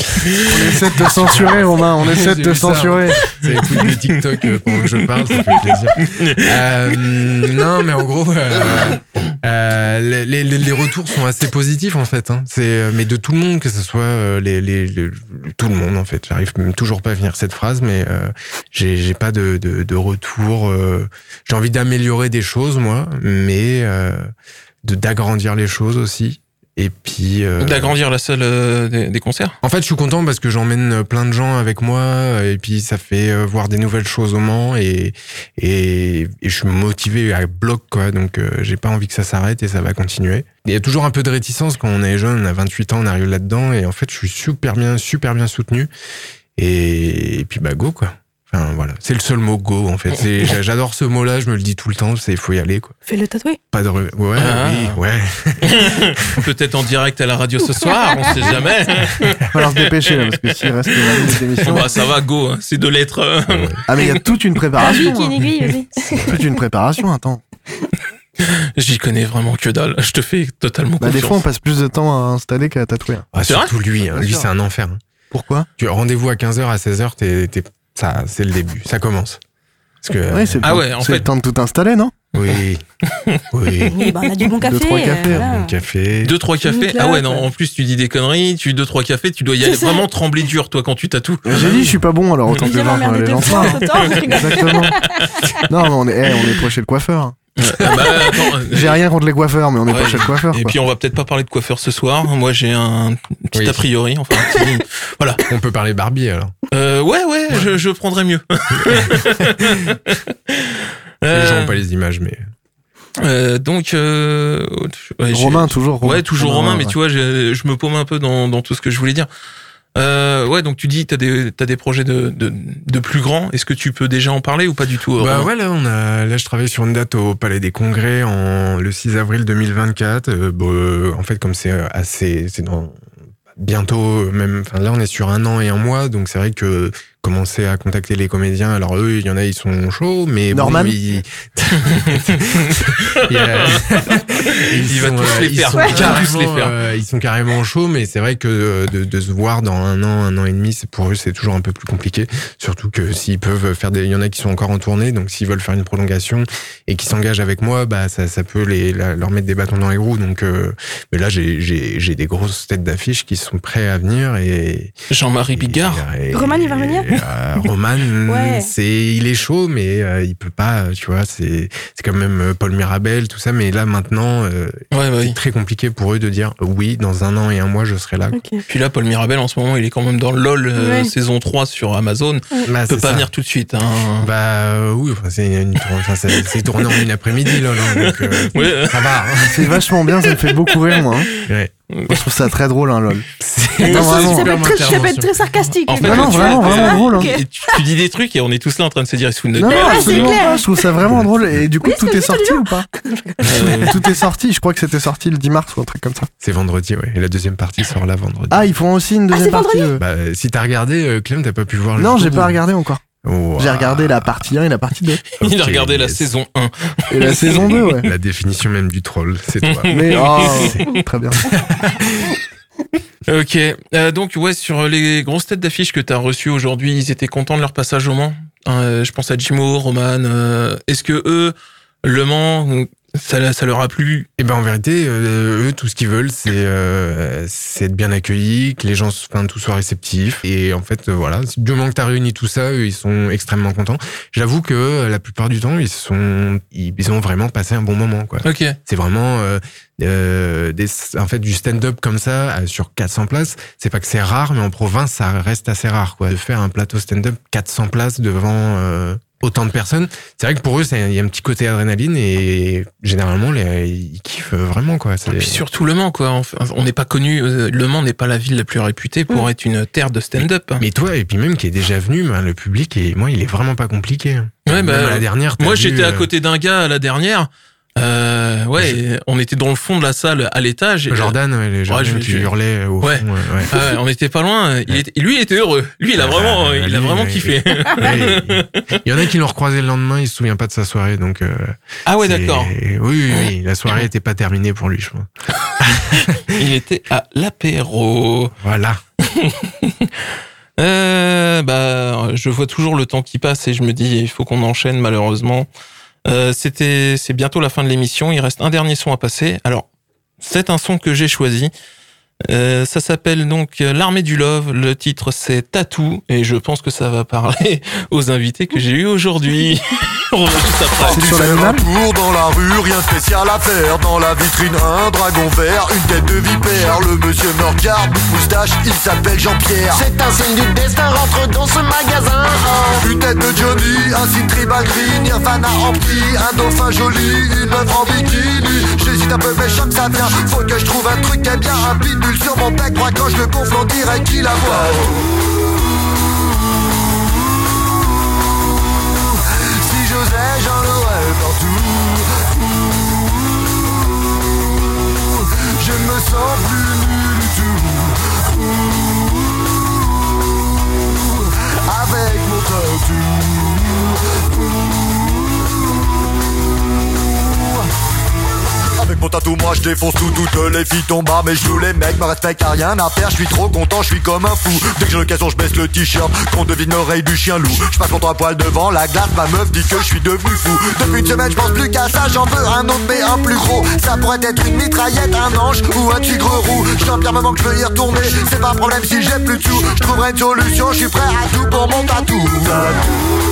[SPEAKER 2] On essaie de te censurer Romain, on essaie de
[SPEAKER 4] J'ai
[SPEAKER 2] te
[SPEAKER 4] vu ça.
[SPEAKER 2] censurer.
[SPEAKER 4] c'est les trucs de TikTok euh, pendant que je parle, ça fait plaisir. Euh, non, mais en gros, euh, euh, les, les, les- les retours sont assez positifs en fait. Hein. C'est euh, mais de tout le monde, que ce soit euh, les, les, les- tout le monde en fait. J'arrive même toujours pas à finir cette phrase, mais euh, j'ai j'ai pas de de, de retour. euh, j'ai envie d'améliorer des choses moi, mais euh, de d'agrandir les choses aussi. Et puis euh,
[SPEAKER 1] D'agrandir la salle euh, des, des concerts
[SPEAKER 4] en fait, je suis content parce que j'emmène euh, plein de gens avec moi et puis ça fait euh, voir des nouvelles choses au Mans et et, et je suis motivé à bloc quoi. Donc euh, j'ai pas envie que ça s'arrête et ça va continuer. Il y a toujours un peu de réticence quand on est jeune, on a 28 ans, on arrive là-dedans et en fait, je suis super bien super bien soutenu et, et puis bah go quoi. Enfin voilà, c'est le seul mot go en fait. C'est- j'a- J'adore ce mot-là, je me le dis tout le temps, c'est il faut y aller quoi.
[SPEAKER 3] Fais-le tatouer.
[SPEAKER 4] Pas de re- ouais
[SPEAKER 1] Ah.
[SPEAKER 4] oui, ouais.
[SPEAKER 1] Peut-être en direct à la radio ce soir, on sait jamais.
[SPEAKER 2] Il va falloir se dépêcher là, parce que s'il reste la minute
[SPEAKER 1] Bon,
[SPEAKER 2] d'émission.
[SPEAKER 1] bah, ça va, go, hein, c'est deux lettres. euh.
[SPEAKER 2] Ah mais il y a toute une
[SPEAKER 3] Ah, lui
[SPEAKER 2] préparation.
[SPEAKER 3] qui est une
[SPEAKER 2] hein.
[SPEAKER 3] aiguille, vas-y.
[SPEAKER 2] Toute une préparation, attends.
[SPEAKER 1] J'y connais vraiment que dalle, je te fais totalement
[SPEAKER 2] Bah, des fois on
[SPEAKER 1] confiance.
[SPEAKER 2] passe plus de temps à installer qu'à tatouer. hein.
[SPEAKER 4] Ah,
[SPEAKER 1] C'est vrai
[SPEAKER 4] surtout lui, hein.
[SPEAKER 2] Bien
[SPEAKER 4] lui
[SPEAKER 2] sûr.
[SPEAKER 4] c'est un enfer. hein.
[SPEAKER 2] Pourquoi
[SPEAKER 4] Tu rendez-vous à 15h, à 16h, t'es, t'es- ça, c'est le début, ça commence. Parce que. euh,
[SPEAKER 2] Ouais, c'est le
[SPEAKER 1] Ah
[SPEAKER 2] temps-
[SPEAKER 1] ouais, en
[SPEAKER 2] c'est
[SPEAKER 1] fait-
[SPEAKER 2] le temps de tout installer, non
[SPEAKER 4] oui. oui.
[SPEAKER 3] Oui, bah, on a du bon café.
[SPEAKER 2] trois cafés,
[SPEAKER 3] euh, voilà.
[SPEAKER 4] Un café.
[SPEAKER 1] deux trois cafés.
[SPEAKER 3] Une
[SPEAKER 1] Ah ouais
[SPEAKER 3] claque.
[SPEAKER 1] non, en plus tu dis des conneries, tu deux trois cafés, tu dois y
[SPEAKER 3] C'est
[SPEAKER 1] aller
[SPEAKER 3] ça.
[SPEAKER 1] vraiment trembler dur toi quand tu tatoues.
[SPEAKER 2] J'ai dit je suis pas bon alors autant
[SPEAKER 3] On
[SPEAKER 2] que
[SPEAKER 1] euh,
[SPEAKER 3] dirait
[SPEAKER 2] je vends
[SPEAKER 3] m'emmerder
[SPEAKER 2] les
[SPEAKER 3] deux
[SPEAKER 2] gens.
[SPEAKER 3] fois
[SPEAKER 2] plein.
[SPEAKER 3] entre temps.
[SPEAKER 2] Exactement. Non, mais on est, eh, on est proche chez le coiffeur.
[SPEAKER 1] Ah bah, attends,
[SPEAKER 2] J'ai rien contre les coiffeurs, mais on n'est
[SPEAKER 1] Ouais.
[SPEAKER 2] pas chez le coiffeur.
[SPEAKER 1] Et
[SPEAKER 2] quoi.
[SPEAKER 1] puis on va peut-être pas parler de coiffeur ce soir. Moi j'ai un petit
[SPEAKER 4] Oui.
[SPEAKER 1] a priori. Enfin, un petit-
[SPEAKER 4] On peut parler Barbie alors.
[SPEAKER 1] Euh, ouais ouais, Je, je prendrais mieux.
[SPEAKER 4] Les gens
[SPEAKER 1] Euh,
[SPEAKER 4] n'ont pas les images, mais.
[SPEAKER 1] euh, donc euh, autre- ouais, j'ai-
[SPEAKER 2] Romain, toujours. Romain.
[SPEAKER 1] Ouais, toujours
[SPEAKER 2] Ah,
[SPEAKER 1] Romain, mais
[SPEAKER 2] ouais.
[SPEAKER 1] tu vois, je, je me paume un peu dans, dans tout ce que je voulais dire. Euh, ouais, donc tu dis, t'as des, t'as des projets de, de, de plus grands. Est-ce que tu peux déjà en parler ou pas du tout euh,
[SPEAKER 4] Bah
[SPEAKER 1] Romain
[SPEAKER 4] ouais, là, on a, là, je travaille sur une date au Palais des Congrès en, le 6 avril 2024. Euh, bon, euh, en fait, comme c'est euh, assez, c'est dans, bientôt, euh, même, enfin, là, on est sur un an et un mois, donc c'est vrai que commencer à contacter les comédiens, alors eux, il y en a, ils sont chauds, mais
[SPEAKER 2] Norman
[SPEAKER 4] bon, ils... Il y a-
[SPEAKER 1] Il va tous les
[SPEAKER 4] ils
[SPEAKER 1] faire.
[SPEAKER 4] sont
[SPEAKER 1] Il va tous
[SPEAKER 4] carrément,
[SPEAKER 1] les faire.
[SPEAKER 4] euh, ils sont carrément chauds, mais c'est vrai que euh, de, de se voir dans un an, un an et demi, c'est pour eux, c'est toujours un peu plus compliqué. Surtout que s'ils peuvent faire des, il y en a qui sont encore en tournée, donc s'ils veulent faire une prolongation et qui s'engagent avec moi, bah ça, ça peut les, la- leur mettre des bâtons dans les roues. Donc, euh, mais là, j'ai, j'ai, j'ai des grosses têtes d'affiche qui sont prêts à venir et.
[SPEAKER 1] Jean-Marie Bigard.
[SPEAKER 4] et- et-
[SPEAKER 3] Roman, il va venir
[SPEAKER 4] euh, Roman,
[SPEAKER 3] Ouais.
[SPEAKER 4] c'est, il est chaud, mais euh, il peut pas. Tu vois, c'est, c'est quand même euh, Paul Mirabel, tout ça. Mais là, maintenant, euh,
[SPEAKER 1] Ouais, bah
[SPEAKER 4] c'est
[SPEAKER 1] oui.
[SPEAKER 4] très compliqué pour eux de dire oui, dans un an et un mois, je serai là.
[SPEAKER 3] Ok.
[SPEAKER 1] Puis là, Paul Mirabel, en ce moment, il est quand même dans LOL euh,
[SPEAKER 3] Ouais.
[SPEAKER 1] saison 3 sur Amazon.
[SPEAKER 4] Bah,
[SPEAKER 1] Il peut
[SPEAKER 4] c'est
[SPEAKER 1] pas
[SPEAKER 4] ça.
[SPEAKER 1] venir tout de suite. Hein.
[SPEAKER 4] Bah euh, oui, enfin, c'est une tour- enfin, c'est- c'est tourné en une après-midi, là. donc, euh,
[SPEAKER 1] Ouais.
[SPEAKER 4] ça va. hein.
[SPEAKER 2] C'est vachement bien, ça me fait beaucoup rire, moi. hein.
[SPEAKER 4] Ouais.
[SPEAKER 2] Moi, je trouve ça très drôle, hein, lol.
[SPEAKER 4] C'est
[SPEAKER 2] Non,
[SPEAKER 4] c'est
[SPEAKER 2] vraiment.
[SPEAKER 3] Ça peut être
[SPEAKER 4] une superbe
[SPEAKER 3] très, ça peut être
[SPEAKER 4] intervention.
[SPEAKER 3] très sarcastique.
[SPEAKER 1] En fait,
[SPEAKER 2] Non, non,
[SPEAKER 1] tu
[SPEAKER 2] vraiment,
[SPEAKER 1] vois,
[SPEAKER 2] vraiment drôle. hein.
[SPEAKER 3] ok.
[SPEAKER 1] Et tu, tu dis des trucs et on est tous là en train de se dire, ils se foutent de
[SPEAKER 2] Non,
[SPEAKER 1] notre
[SPEAKER 2] non,
[SPEAKER 1] gueule.
[SPEAKER 3] Ah, c'est
[SPEAKER 2] absolument
[SPEAKER 3] clair.
[SPEAKER 2] pas, je trouve ça vraiment drôle. Et du coup,
[SPEAKER 3] Oui, ce
[SPEAKER 2] tout
[SPEAKER 3] que
[SPEAKER 2] est
[SPEAKER 3] je
[SPEAKER 2] sorti
[SPEAKER 3] dis
[SPEAKER 2] ou pas
[SPEAKER 1] Euh,
[SPEAKER 2] Tout est sorti, je crois que c'était sorti le 10 mars ou un truc comme ça.
[SPEAKER 4] C'est vendredi, ouais. Et la deuxième partie sort là vendredi.
[SPEAKER 2] Ah, ils font aussi une
[SPEAKER 3] Ah,
[SPEAKER 2] deuxième
[SPEAKER 3] c'est
[SPEAKER 2] partie. eux.
[SPEAKER 4] Bah, euh, si t'as regardé, euh, Clem, t'as pas pu voir.
[SPEAKER 2] Non, j'ai pas regardé encore. J'ai regardé la
[SPEAKER 4] la
[SPEAKER 2] partie 1 et la partie 2.
[SPEAKER 1] Il a regardé la saison 1.
[SPEAKER 2] Et la saison 2, ouais.
[SPEAKER 4] La définition même du troll, c'est toi.
[SPEAKER 2] Mais oh, très bien.
[SPEAKER 1] Ok. Euh, donc, ouais, sur les grosses têtes d'affiche que t'as reçues aujourd'hui, ils étaient contents de leur passage au Mans. Euh, je pense à Jimo, Roman. euh, Est-ce que eux, le Mans, ça, ça leur a plu
[SPEAKER 4] Eh ben en vérité, euh, eux, tout ce qu'ils veulent, c'est euh, c'est être bien accueillis, que les gens, se- enfin, tout soit réceptif. Et en fait, euh, voilà, du moment que t'as réuni tout ça, eux, ils sont extrêmement contents. J'avoue que euh, la plupart du temps, ils sont, ils, ils ont vraiment passé un bon moment, quoi.
[SPEAKER 1] Ok.
[SPEAKER 4] C'est vraiment euh, euh, des, en fait du stand-up comme ça euh, sur 400 places. C'est pas que c'est rare, mais en province ça reste assez rare quoi. De faire un plateau stand-up 400 places devant euh, autant de personnes, c'est vrai que pour eux c'est- il y a un petit côté adrénaline et généralement les, ils kiffent vraiment quoi. C'est-
[SPEAKER 1] Et Ah, puis surtout Le Mans, quoi. Enfin, On n'est pas connu. euh, Le Mans n'est pas la ville la plus réputée
[SPEAKER 2] Mm.
[SPEAKER 1] pour être une terre de stand-up.
[SPEAKER 4] mais toi et puis même qui est déjà venu, ben, le public et moi il est vraiment pas compliqué. hein.
[SPEAKER 1] Ouais,
[SPEAKER 4] Même
[SPEAKER 1] bah,
[SPEAKER 4] à la dernière. t'as
[SPEAKER 1] Moi,
[SPEAKER 4] vu,
[SPEAKER 1] j'étais à
[SPEAKER 4] euh,
[SPEAKER 1] côté d'un gars à la dernière. Euh, ouais, et on était dans le fond de la salle à l'étage. et-
[SPEAKER 4] Jordan, ouais, les Jordan
[SPEAKER 1] je-
[SPEAKER 4] qui
[SPEAKER 1] je-
[SPEAKER 4] hurlaient au
[SPEAKER 1] Ouais.
[SPEAKER 4] fond. ouais, ouais.
[SPEAKER 1] Ah ouais, on était pas loin. Il était- lui, il était heureux. Lui, il a
[SPEAKER 4] Ah,
[SPEAKER 1] vraiment,
[SPEAKER 4] bah,
[SPEAKER 1] il
[SPEAKER 4] lui,
[SPEAKER 1] a vraiment
[SPEAKER 4] ouais,
[SPEAKER 1] kiffé.
[SPEAKER 4] Ouais, il il y en a qui l'ont recroisé le lendemain, il se souvient pas de sa soirée, donc. euh,
[SPEAKER 1] Ah ouais,
[SPEAKER 4] c'est-
[SPEAKER 1] d'accord.
[SPEAKER 4] Oui, oui, oui, la soirée était pas terminée pour lui, je pense.
[SPEAKER 1] Il était à l'apéro.
[SPEAKER 4] Voilà.
[SPEAKER 1] Euh, bah, je vois toujours le temps qui passe et je me dis, il faut qu'on enchaîne malheureusement. Euh, C'était, c'est bientôt la fin de l'émission. Il reste un dernier son à passer. Alors, c'est un son que j'ai choisi. Euh, ça s'appelle donc euh, L'armée du love. Le titre c'est Tatou et je pense que ça va parler aux invités que j'ai eu aujourd'hui. On revient juste après.
[SPEAKER 2] C'est sur la
[SPEAKER 9] un
[SPEAKER 2] Lunam
[SPEAKER 9] tour dans la rue, rien de spécial à faire. Dans la vitrine, un dragon vert, une tête de vipère. Le monsieur me regarde, moustache, il s'appelle Jean-Pierre. C'est un signe du destin, rentre dans ce magasin. Une tête de Johnny, un signe tribal green, un fanard en petit, un dauphin joli, une meuf en bikini. J'hésite un peu, mais je sens que ça vient. Faut que je trouve un truc qui est bien, un pitbull sur mon bec. Moi, quand je le gonfle, on dirait qu'il a voix. Si j'osais, j'en aurais partout. Je ne me sens plus nul du tout. Avec mon tatou. Avec mon tatou, moi je défonce tout, toutes les filles tombent à mes genoux, les mecs me respectent, à rien à faire, je suis trop content, je suis comme un fou. Dès que j'ai l'occasion, je baisse le t-shirt, qu'on devine l'oreille du chien loup. Je passe mon temps à poil devant la glace, ma meuf dit que je suis devenu fou. Depuis une semaine, je pense plus qu'à ça, j'en veux un autre, mais un plus gros. Ça pourrait être une mitraillette, un ange ou un tigre roux. Je sens bien moment que je veux y retourner, c'est pas un problème si j'ai plus de sous. Je trouverai une solution, je suis prêt à tout pour mon tatou. Tatou.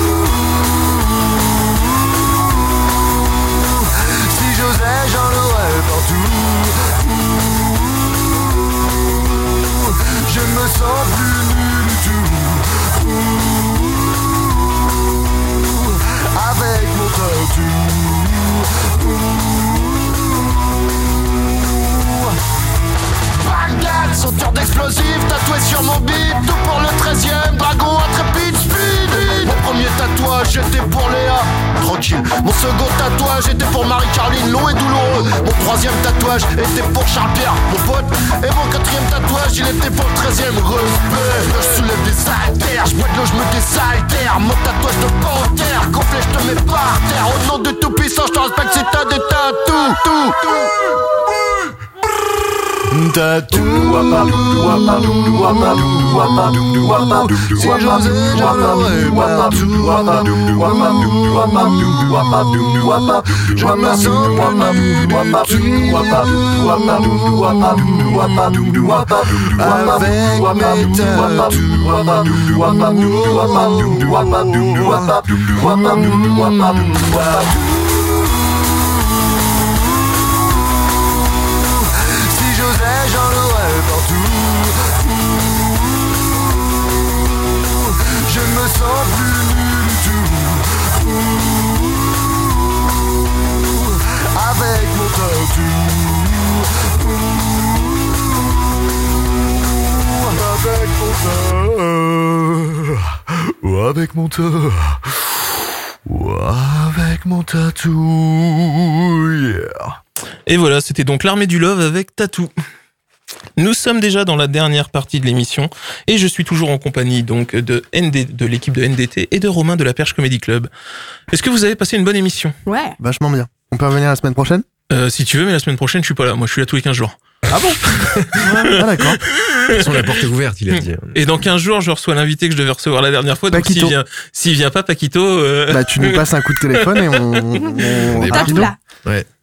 [SPEAKER 9] Bagdad, ceinture d'explosifs, tatoué sur mon bip, tout pour le 13 e dragon intrépide, speed Mon premier tatouage, j'étais pour Léa, tranquille. Mon second tatouage était pour Marie-Carline, long et douloureux. Mon troisième tatouage était pour Charles-Pierre, mon pote. Et mon quatrième tatouage, il était pour le 13 e respect. Je soulève des haltères, je bois de l'eau, je me désaltère. Mon tatouage de panthère, gonflé, je te mets par terre. Au nom de tout puissant, je te respecte si t'as des tatous, tout, tout. Tatou Si j'osais, j'aimerais partout Je me sens moi-même Avec mes tatous Si j'osais, j'en aurais partout. Je me sens plus nul du tout. Avec mon tatou. Avec mon tatou. Avec mon tatou. Avec mon tatou. Yeah.
[SPEAKER 1] Et voilà, c'était donc l'armée du love avec Tatou. Nous sommes déjà dans la dernière partie de l'émission et je suis toujours en compagnie donc de ND, de l'équipe de NDT et de Romain de la Perche Comedy Club. Est-ce que vous avez passé une bonne émission
[SPEAKER 3] Ouais.
[SPEAKER 2] Vachement bien. On peut revenir la semaine prochaine
[SPEAKER 1] Euh, Si tu veux, mais la semaine prochaine, je suis pas là. Moi, je suis là tous les 15 jours.
[SPEAKER 2] Ah d'accord.
[SPEAKER 4] façon, la porte est ouverte, il a dit.
[SPEAKER 1] Et dans 15 jours, je reçois l'invité que je devais recevoir la dernière fois. Donc
[SPEAKER 2] Paquito.
[SPEAKER 1] s'il vient, s'il vient pas, Paquito. euh,
[SPEAKER 2] Bah tu nous passes un coup de téléphone et on... on,
[SPEAKER 4] On est
[SPEAKER 2] on
[SPEAKER 4] parti.
[SPEAKER 2] rapido.
[SPEAKER 3] là.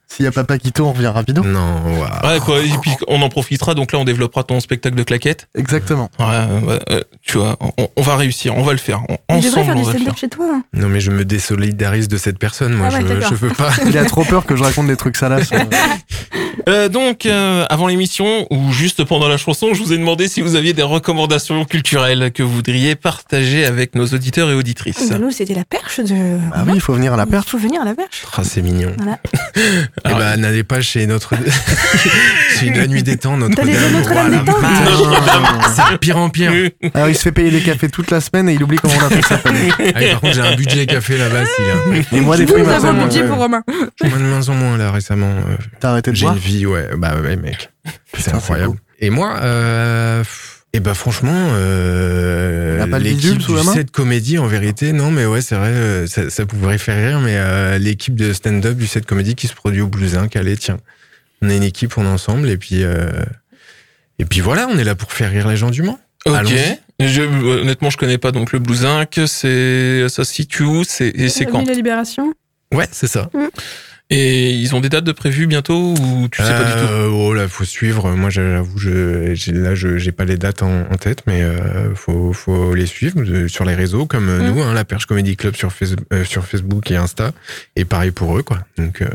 [SPEAKER 2] S'il y a Papa Quito, on revient rapido.
[SPEAKER 4] Non, waouh.
[SPEAKER 1] Ouais, quoi. Et puis, on en profitera. Donc là, on développera ton spectacle de claquettes.
[SPEAKER 2] Exactement.
[SPEAKER 1] Ouais, ouais, euh, tu vois, on, on va réussir. On va le faire. On,
[SPEAKER 3] Tu devrais
[SPEAKER 1] ensemble,
[SPEAKER 3] faire
[SPEAKER 1] on
[SPEAKER 3] du
[SPEAKER 1] va le faire.
[SPEAKER 3] stand-up chez toi. hein.
[SPEAKER 4] Non, mais je me désolidarise de cette personne, moi.
[SPEAKER 3] Ah ouais,
[SPEAKER 4] je,
[SPEAKER 3] d'accord.
[SPEAKER 4] je veux pas.
[SPEAKER 2] Il a trop peur que je raconte des trucs salaces.
[SPEAKER 1] Euh, donc, euh, avant l'émission, ou juste pendant la chanson, je vous ai demandé si vous aviez des recommandations culturelles que vous voudriez partager avec nos auditeurs et auditrices.
[SPEAKER 3] Bah, nous, c'était la perche de.
[SPEAKER 2] Ah oui, il faut venir à la
[SPEAKER 3] Il
[SPEAKER 2] perche.
[SPEAKER 3] faut venir à la perche.
[SPEAKER 4] Ah, c'est mignon.
[SPEAKER 3] Voilà.
[SPEAKER 4] Eh
[SPEAKER 1] Alors-
[SPEAKER 4] ben, n'allez pas chez notre. chez la nuit des temps, notre.
[SPEAKER 3] T'allais à Notre-Dame des Temps,
[SPEAKER 2] Ah,
[SPEAKER 4] C'est pire en pire.
[SPEAKER 1] Euh,
[SPEAKER 2] Alors il se fait payer les cafés toute la semaine et il oublie comment on appelle ça.
[SPEAKER 4] Ah oui, par contre, j'ai un budget café là-bas, s'il a.
[SPEAKER 2] Et moi des fois il
[SPEAKER 3] Nous
[SPEAKER 2] m'a
[SPEAKER 3] avons
[SPEAKER 4] ouais,
[SPEAKER 3] un
[SPEAKER 4] ouais.
[SPEAKER 3] budget pour Romain.
[SPEAKER 4] Je m'en de moins en moins, là, récemment. Euh,
[SPEAKER 2] T'as arrêté de
[SPEAKER 4] J'ai
[SPEAKER 2] boire
[SPEAKER 4] une vie, ouais. Bah ouais, mec. C'est
[SPEAKER 2] c'est
[SPEAKER 4] incroyable.
[SPEAKER 2] beau.
[SPEAKER 4] Et moi, euh, pff, eh ben franchement,
[SPEAKER 2] Il
[SPEAKER 4] euh,
[SPEAKER 2] a pas le
[SPEAKER 4] l'équipe
[SPEAKER 2] bidule sous
[SPEAKER 4] du
[SPEAKER 2] la main
[SPEAKER 4] set comédie, en vérité, non, mais ouais, c'est vrai, euh, ça, ça pourrait faire rire, mais euh, l'équipe de stand-up du set comédie qui se produit au Blousin, Calais, tiens, on est une équipe, on est ensemble, et puis euh, et puis voilà, on est là pour faire rire les gens du Mans.
[SPEAKER 1] Ok.
[SPEAKER 4] Allons-y.
[SPEAKER 1] Je, euh, honnêtement, je connais pas donc le Blouzinc. C'est ça se situe où C'est et c'est quand
[SPEAKER 3] Avenue de la Libération.
[SPEAKER 4] Ouais, c'est ça.
[SPEAKER 1] Et ils ont des dates de prévues bientôt ou tu sais pas du tout
[SPEAKER 4] Euh, Oh là, faut suivre. Moi, j'avoue, je, j'ai- là, je, j'ai pas les dates en, en tête, mais euh, faut, faut les suivre euh, sur les réseaux comme euh,
[SPEAKER 3] Mm.
[SPEAKER 4] nous, hein, la Perche Comedy Club sur, Face- euh, sur Facebook et Insta, et pareil pour eux, quoi. Donc, euh,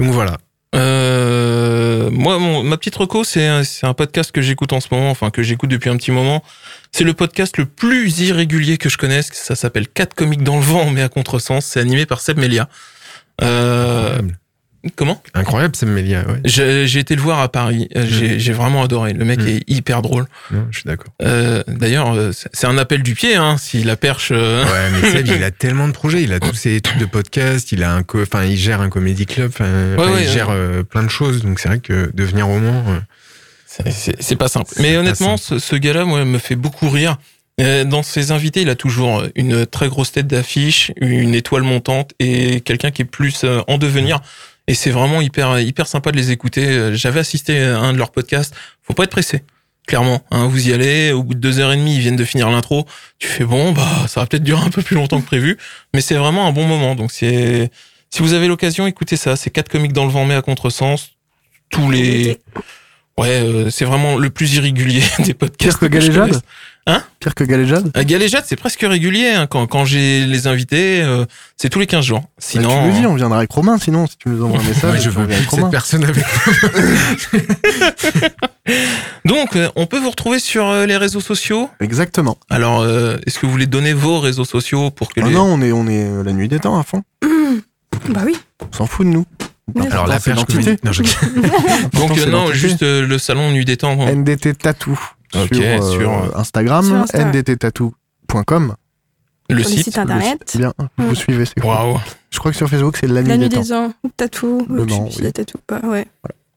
[SPEAKER 4] donc voilà.
[SPEAKER 1] Euh, moi, mon, ma petite reco, c'est un, c'est un podcast que j'écoute en ce moment, enfin que j'écoute depuis un petit moment. C'est le podcast le plus irrégulier que je connaisse. Ça s'appelle 4 comiques dans le vent, mais à contresens. C'est animé par Seb Melia. Euh,
[SPEAKER 4] Incroyable.
[SPEAKER 1] comment
[SPEAKER 4] Incroyable, Sam Melia. Ouais,
[SPEAKER 1] J'ai j'ai été le voir à Paris. Euh, J'ai j'ai vraiment adoré. Le mec
[SPEAKER 4] Mm.
[SPEAKER 1] est hyper drôle.
[SPEAKER 4] Non, je suis d'accord.
[SPEAKER 1] Euh, D'ailleurs, euh, c'est c'est un appel du pied, hein, si la perche. euh,
[SPEAKER 4] Ouais, mais Seb, il a tellement de projets. Il a tous ses trucs de podcast. Il a un, co- enfin, il gère un comedy club. Enfin,
[SPEAKER 1] Ouais,
[SPEAKER 4] enfin, il
[SPEAKER 1] ouais,
[SPEAKER 4] gère euh, plein de choses. Donc c'est vrai que devenir roman. euh,
[SPEAKER 1] C'est- C'est c'est pas simple.
[SPEAKER 4] C'est
[SPEAKER 1] Mais
[SPEAKER 4] pas
[SPEAKER 1] honnêtement, ce, ce gars-là, moi, me fait beaucoup rire. Euh, Dans ses invités, il a toujours une très grosse tête d'affiche, une étoile montante et quelqu'un qui est plus euh, en devenir. Et c'est vraiment hyper, hyper sympa de les écouter. Euh, J'avais assisté à un de leurs podcasts. Faut pas être pressé. Clairement, hein, vous y allez, au bout de deux heures et demie, ils viennent de finir l'intro. Tu fais bon, bah, ça va peut-être durer un peu plus longtemps que prévu, mais c'est vraiment un bon moment. Donc c'est, si vous avez l'occasion, écoutez ça. C'est quatre comiques dans le vent, mais à contresens. Tous les, Ouais, euh, c'est vraiment le plus irrégulier des podcasts.
[SPEAKER 2] Pire que
[SPEAKER 1] je
[SPEAKER 2] Galéjade
[SPEAKER 1] connaisse. Hein
[SPEAKER 2] Pire que Galéjade
[SPEAKER 1] Euh, Galéjade, c'est presque régulier. hein. Quand, quand j'ai les invités, euh, c'est tous les 15 jours.
[SPEAKER 2] Bah,
[SPEAKER 1] Sinon, euh,
[SPEAKER 2] Tu nous dis, on viendra avec Romain sinon, si tu nous envoies un message.
[SPEAKER 4] ouais, je
[SPEAKER 2] on vient
[SPEAKER 4] veux plus
[SPEAKER 2] avec
[SPEAKER 4] que cette
[SPEAKER 2] Romain.
[SPEAKER 4] personne avec.
[SPEAKER 1] donc euh, on peut vous retrouver sur euh, les réseaux sociaux.
[SPEAKER 2] Exactement.
[SPEAKER 1] Alors, euh, est-ce que vous voulez donner vos réseaux sociaux pour que
[SPEAKER 2] Ah
[SPEAKER 1] les
[SPEAKER 2] non, on est, on est euh, la nuit des temps à fond.
[SPEAKER 3] Bah oui.
[SPEAKER 2] On s'en fout de nous.
[SPEAKER 4] Alors la
[SPEAKER 2] c'est
[SPEAKER 4] perche que vous
[SPEAKER 2] l'identité.
[SPEAKER 4] dites- non, je-
[SPEAKER 2] Pourtant,
[SPEAKER 1] Donc euh,
[SPEAKER 2] c'est
[SPEAKER 1] non,
[SPEAKER 2] l'identité.
[SPEAKER 1] juste euh, le salon nuit hein, détente.
[SPEAKER 2] NDT Tattoo
[SPEAKER 1] Ok,
[SPEAKER 2] sur, euh,
[SPEAKER 1] sur, euh,
[SPEAKER 2] Instagram,
[SPEAKER 3] Sur Insta.
[SPEAKER 2] ndttattoo.com.
[SPEAKER 1] Le
[SPEAKER 3] Sur le site
[SPEAKER 1] site.
[SPEAKER 2] Le
[SPEAKER 3] internet.
[SPEAKER 2] site, Bien, vous
[SPEAKER 3] Mm.
[SPEAKER 2] suivez, c'est cool.
[SPEAKER 1] Waouh.
[SPEAKER 2] Je crois que sur Facebook, c'est la nuit
[SPEAKER 3] La
[SPEAKER 2] des
[SPEAKER 3] nuit
[SPEAKER 2] temps.
[SPEAKER 3] des ans. Tatou.
[SPEAKER 2] Le
[SPEAKER 3] Je sais
[SPEAKER 2] Mans,
[SPEAKER 3] plus si
[SPEAKER 2] oui.
[SPEAKER 3] la tatou ou pas. Ouais.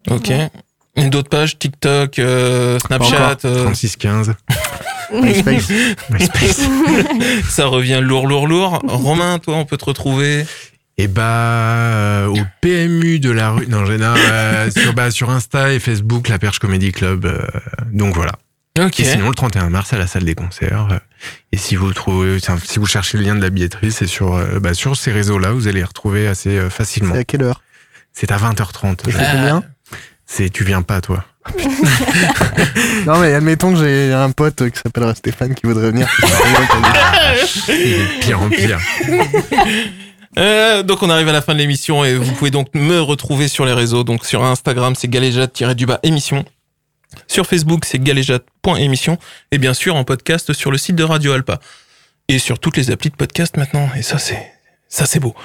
[SPEAKER 1] Ok.
[SPEAKER 3] Ouais.
[SPEAKER 1] Et D'autres pages, TikTok, euh, Snapchat, euh,
[SPEAKER 4] 36-15.
[SPEAKER 2] MySpace.
[SPEAKER 1] ça revient lourd, lourd, lourd. Romain, toi, on peut te retrouver.
[SPEAKER 4] Et bah, euh, au PMU de la rue. Non, j'ai non, euh, sur, bah, sur Insta et Facebook, la Perche Comedy Club. euh, donc voilà.
[SPEAKER 1] Ok.
[SPEAKER 4] Et sinon, le 31 mars à la salle des concerts. euh, et si vous trouvez, enfin, si vous cherchez le lien de la billetterie, c'est sur, euh, bah, sur ces réseaux-là, vous allez les retrouver assez euh, facilement.
[SPEAKER 2] C'est à quelle heure
[SPEAKER 4] C'est à 20h30.
[SPEAKER 1] Ah.
[SPEAKER 2] Et c'est
[SPEAKER 1] Euh.
[SPEAKER 2] combien
[SPEAKER 4] C'est, tu viens pas, toi.
[SPEAKER 2] Non, mais admettons que j'ai un pote qui s'appellera Stéphane qui voudrait venir.
[SPEAKER 1] Ah.
[SPEAKER 4] Ah, Il est pire en pire.
[SPEAKER 1] Euh, donc on arrive à la fin de l'émission et vous pouvez donc me retrouver sur les réseaux. Donc sur Instagram c'est galéjade-du-bas émission. Sur Facebook c'est galéjade.émission et bien sûr en podcast sur le site de Radio Alpa et sur toutes les applis de podcast maintenant. Et ça c'est ça c'est beau.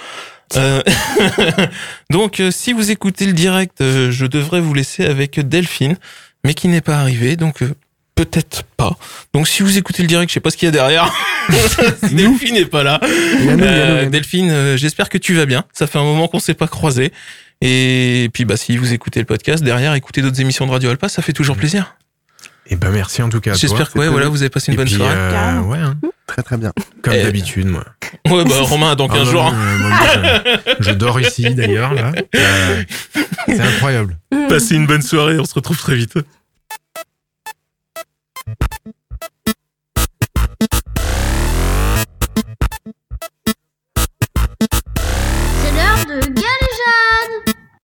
[SPEAKER 1] Euh, donc euh, si vous écoutez le direct, euh, je devrais vous laisser avec Delphine, mais qui n'est pas arrivée donc. euh, Peut-être pas. Donc si vous écoutez le direct, je sais pas ce qu'il y a derrière. Delphine n'est pas là.
[SPEAKER 2] Il y a nous, il y a nous, il y a
[SPEAKER 1] Euh,
[SPEAKER 2] nous.
[SPEAKER 1] Delphine, euh, j'espère que tu vas bien. Ça fait un moment qu'on s'est pas croisé. Et puis bah si vous écoutez le podcast derrière, écoutez d'autres émissions de Radio Alpa, ça fait toujours plaisir.
[SPEAKER 4] Et ben, merci en tout cas. à Mmh. toi.
[SPEAKER 1] J'espère que ouais,
[SPEAKER 2] c'était
[SPEAKER 1] voilà,
[SPEAKER 2] bien.
[SPEAKER 1] vous avez passé une
[SPEAKER 4] Et
[SPEAKER 1] bonne
[SPEAKER 4] puis,
[SPEAKER 1] soirée.
[SPEAKER 4] euh,
[SPEAKER 3] Carrément.
[SPEAKER 4] ouais, hein,
[SPEAKER 2] très très bien.
[SPEAKER 4] comme
[SPEAKER 1] Eh.
[SPEAKER 4] d'habitude, moi.
[SPEAKER 1] Ouais bah Romain donc
[SPEAKER 4] Ah,
[SPEAKER 1] un
[SPEAKER 4] non,
[SPEAKER 1] jour.
[SPEAKER 4] non, non, moi, je, je dors ici d'ailleurs là. Euh, c'est incroyable.
[SPEAKER 1] Passez une bonne soirée, on se retrouve très vite.